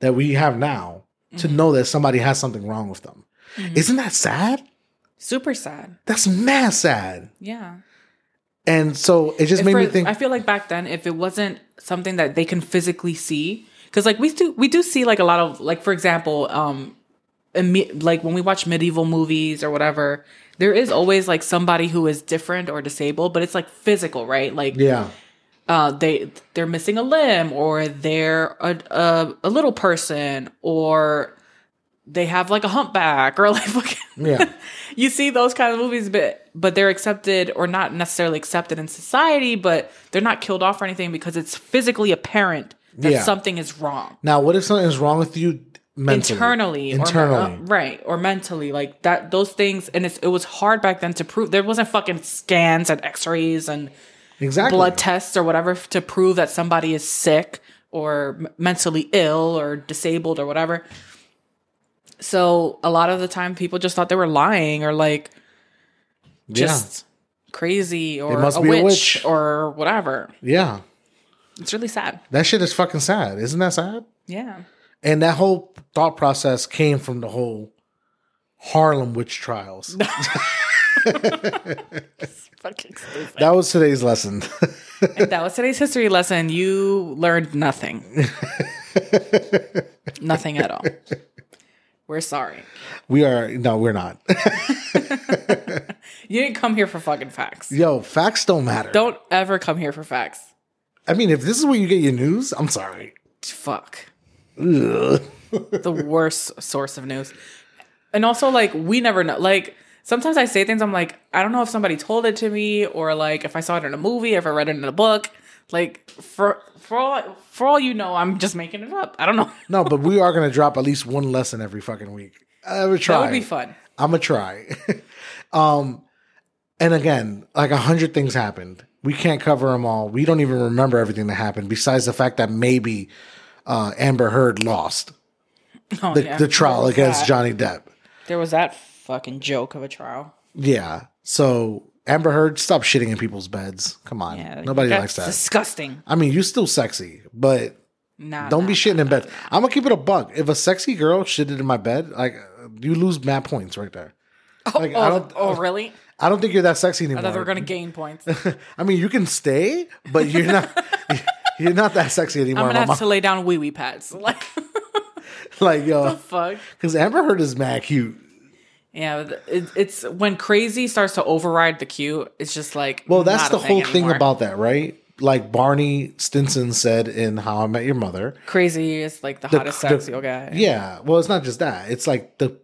S3: that we have now
S2: Mm-hmm.
S3: to know that somebody has something wrong with them. Isn't that sad?
S2: Super sad.
S3: That's mad sad.
S2: Yeah.
S3: And so it just
S2: If
S3: made me
S2: for-
S3: think.
S2: I feel like back then, if it wasn't something that they can physically see, because like we do, we do see like a lot of like, for example, um, imme- like when we watch medieval movies or whatever, there is always like somebody who is different or disabled, but it's like physical, right? Like
S3: yeah.
S2: uh, they they're missing a limb or they're a, a a little person or they have like a humpback or like fucking
S3: Yeah.
S2: you see those kind of movies, but but they're accepted or not necessarily accepted in society, but they're not killed off or anything because it's physically apparent that
S3: Yeah.
S2: something is wrong
S3: Now, what if something is wrong with you mentally?
S2: internally, or,
S3: Internally.
S2: uh, right, or mentally, like that. Those things, and it's it was hard back then to prove there wasn't fucking scans and X rays and
S3: exactly.
S2: uh, blood tests or whatever f- to prove that somebody is sick or m- mentally ill or disabled or whatever. So a lot of the time, people just thought they were lying or like
S3: Yeah.
S2: just crazy or
S3: must
S2: a,
S3: be a
S2: witch
S3: witch.
S2: or whatever.
S3: yeah.
S2: It's really sad.
S3: That shit is fucking sad. Isn't that sad?
S2: Yeah.
S3: And that whole thought process came from the whole Harlem witch trials.
S2: Fucking stupid.
S3: that was today's lesson.
S2: And that was today's history lesson. You learned nothing. nothing at all. We're sorry.
S3: we are no, we're not.
S2: You didn't come here for fucking facts.
S3: Yo, facts don't matter.
S2: Don't ever come here for facts.
S3: I mean, if this is where you get your news, I'm sorry.
S2: Fuck.
S3: Ugh.
S2: the worst source of news. And also, like, we never know. Like, sometimes I say things, I'm like, I don't know if somebody told it to me, or like, if I saw it in a movie, if I read it in a book. Like, for for all for all you know, I'm just making it up. I don't know.
S3: No, but we are gonna drop at least one lesson every fucking week. I'm gonna try.
S2: That would be fun.
S3: I'm gonna try. um, and again, like a hundred things happened. We can't cover them all. We don't even remember everything that happened. Besides the fact that maybe uh, Amber Heard lost
S2: Oh,
S3: the,
S2: yeah.
S3: the trial against Johnny Depp.
S2: There was that fucking joke of a trial.
S3: Yeah. So Amber Heard, stop shitting in people's beds. Come on,
S2: Yeah,
S3: nobody
S2: that's
S3: likes that.
S2: Disgusting.
S3: I mean, you're still sexy, but
S2: Nah.
S3: Don't
S2: nah.
S3: be shitting in bed. I'm gonna keep it a buck. If a sexy girl shitted in my bed, like you lose mad points right there. Like
S2: Oh,
S3: I don't,
S2: oh, really?
S3: I don't think you're that sexy anymore.
S2: I thought they were gonna gain points.
S3: I mean, you can stay, but you're not. you're not that sexy anymore.
S2: I'm
S3: my
S2: gonna have
S3: mom.
S2: to lay down wee wee pads. Like,
S3: like yo,
S2: fuck.
S3: because Amber Heard is mad cute.
S2: Yeah, th- it, it's when crazy starts to override the cute. It's just like
S3: Well, that's
S2: not
S3: the
S2: a
S3: whole thing
S2: anymore.
S3: about that, right? Like Barney Stinson said in How I Met Your Mother.
S2: crazy is like the, hottest
S3: the-
S2: sexy guy.
S3: Yeah. Well, it's not just that. It's like the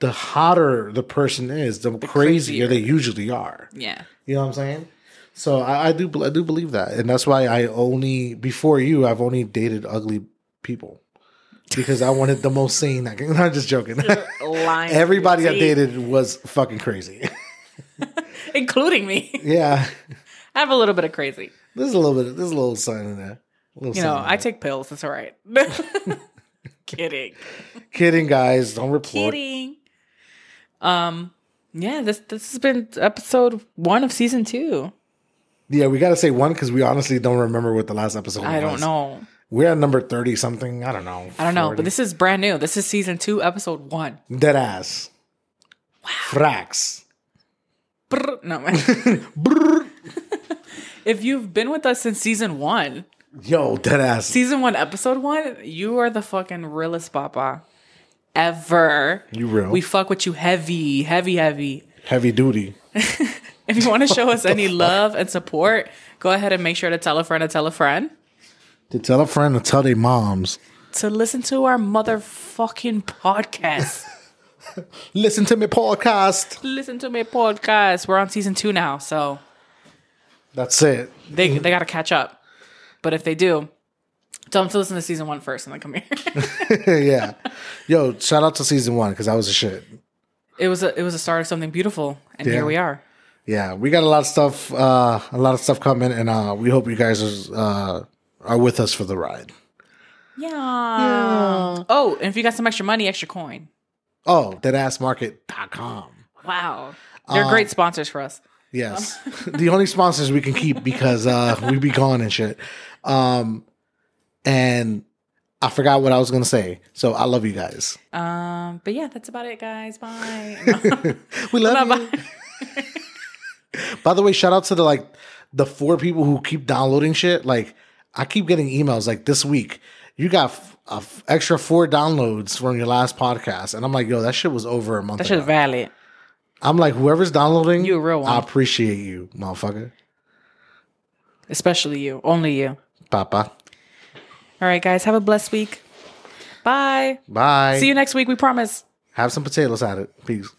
S3: the hotter the person is, the, crazier
S2: crazier.
S3: they usually are.
S2: yeah,
S3: You know what I'm saying? So I, I do bel- I do believe that, and that's why I only before you I've only dated ugly people because I wanted the most sane. I can, I'm just joking.
S2: lying.
S3: Everybody I
S2: See,
S3: dated was fucking crazy.
S2: including me,
S3: yeah,
S2: I have a little bit of crazy.
S3: there's a little bit. There's a little sign in there. A little
S2: You
S3: sign
S2: know,
S3: in
S2: I
S3: there.
S2: take pills. It's all right. Kidding,
S3: kidding, guys. Don't report.
S2: kidding. Um, yeah this this has been episode one of season two.
S3: Yeah, we got to say one because we honestly don't remember what the last episode.
S2: I don't
S3: was.
S2: know.
S3: We're at number thirty something. I don't know.
S2: I don't know,
S3: 40.
S2: but this is brand new. This is season two, episode one.
S3: dead ass. Frax.
S2: Brr. No, man. if you've been with us since season one,
S3: Yo, dead ass.
S2: season one, episode one, you are the fucking realest papa ever.
S3: You real.
S2: We fuck with you heavy, heavy, heavy.
S3: Heavy duty.
S2: If you want to show us any love and support, go ahead and make sure to tell a friend to tell a friend
S3: To tell a friend to tell their moms.
S2: to listen to our motherfucking podcast.
S3: Listen to me podcast.
S2: listen to my podcast. We're on season two now, so
S3: That's it.
S2: they they got to catch up. But if they do, tell them to listen to season one first and then come here.
S3: yeah. Yo, shout out to season one because that was a shit.
S2: It was a it was a start of something beautiful, and
S3: Yeah.
S2: here we are.
S3: Yeah, we got a lot of stuff, uh, a lot of stuff coming, and uh, we hope you guys are, uh, are with us for the ride.
S2: Yeah. Oh, and if you got some extra money, extra coin.
S3: Oh, deadassmarket.com.
S2: Wow, they're great sponsors for us.
S3: Yes. the only sponsors we can keep because uh we be gone and shit. Um and I forgot what I was gonna say. So I love you guys.
S2: Um, but yeah, that's about it, guys. Bye.
S3: We love
S2: Bye-bye.
S3: you. By the way, shout out to the like the four people who keep downloading shit. Like I keep getting emails like this week. You got f- a f- extra four downloads from your last podcast, and I'm like, yo, that shit was over a month
S2: that
S3: ago.
S2: shit's valid.
S3: I'm like, whoever's downloading,
S2: You a real one.
S3: I appreciate you, motherfucker,
S2: Especially you. Only you.
S3: Papa.
S2: All right, guys. Have a blessed week. Bye.
S3: Bye.
S2: See you next week. We promise.
S3: Have some potatoes at it. Peace.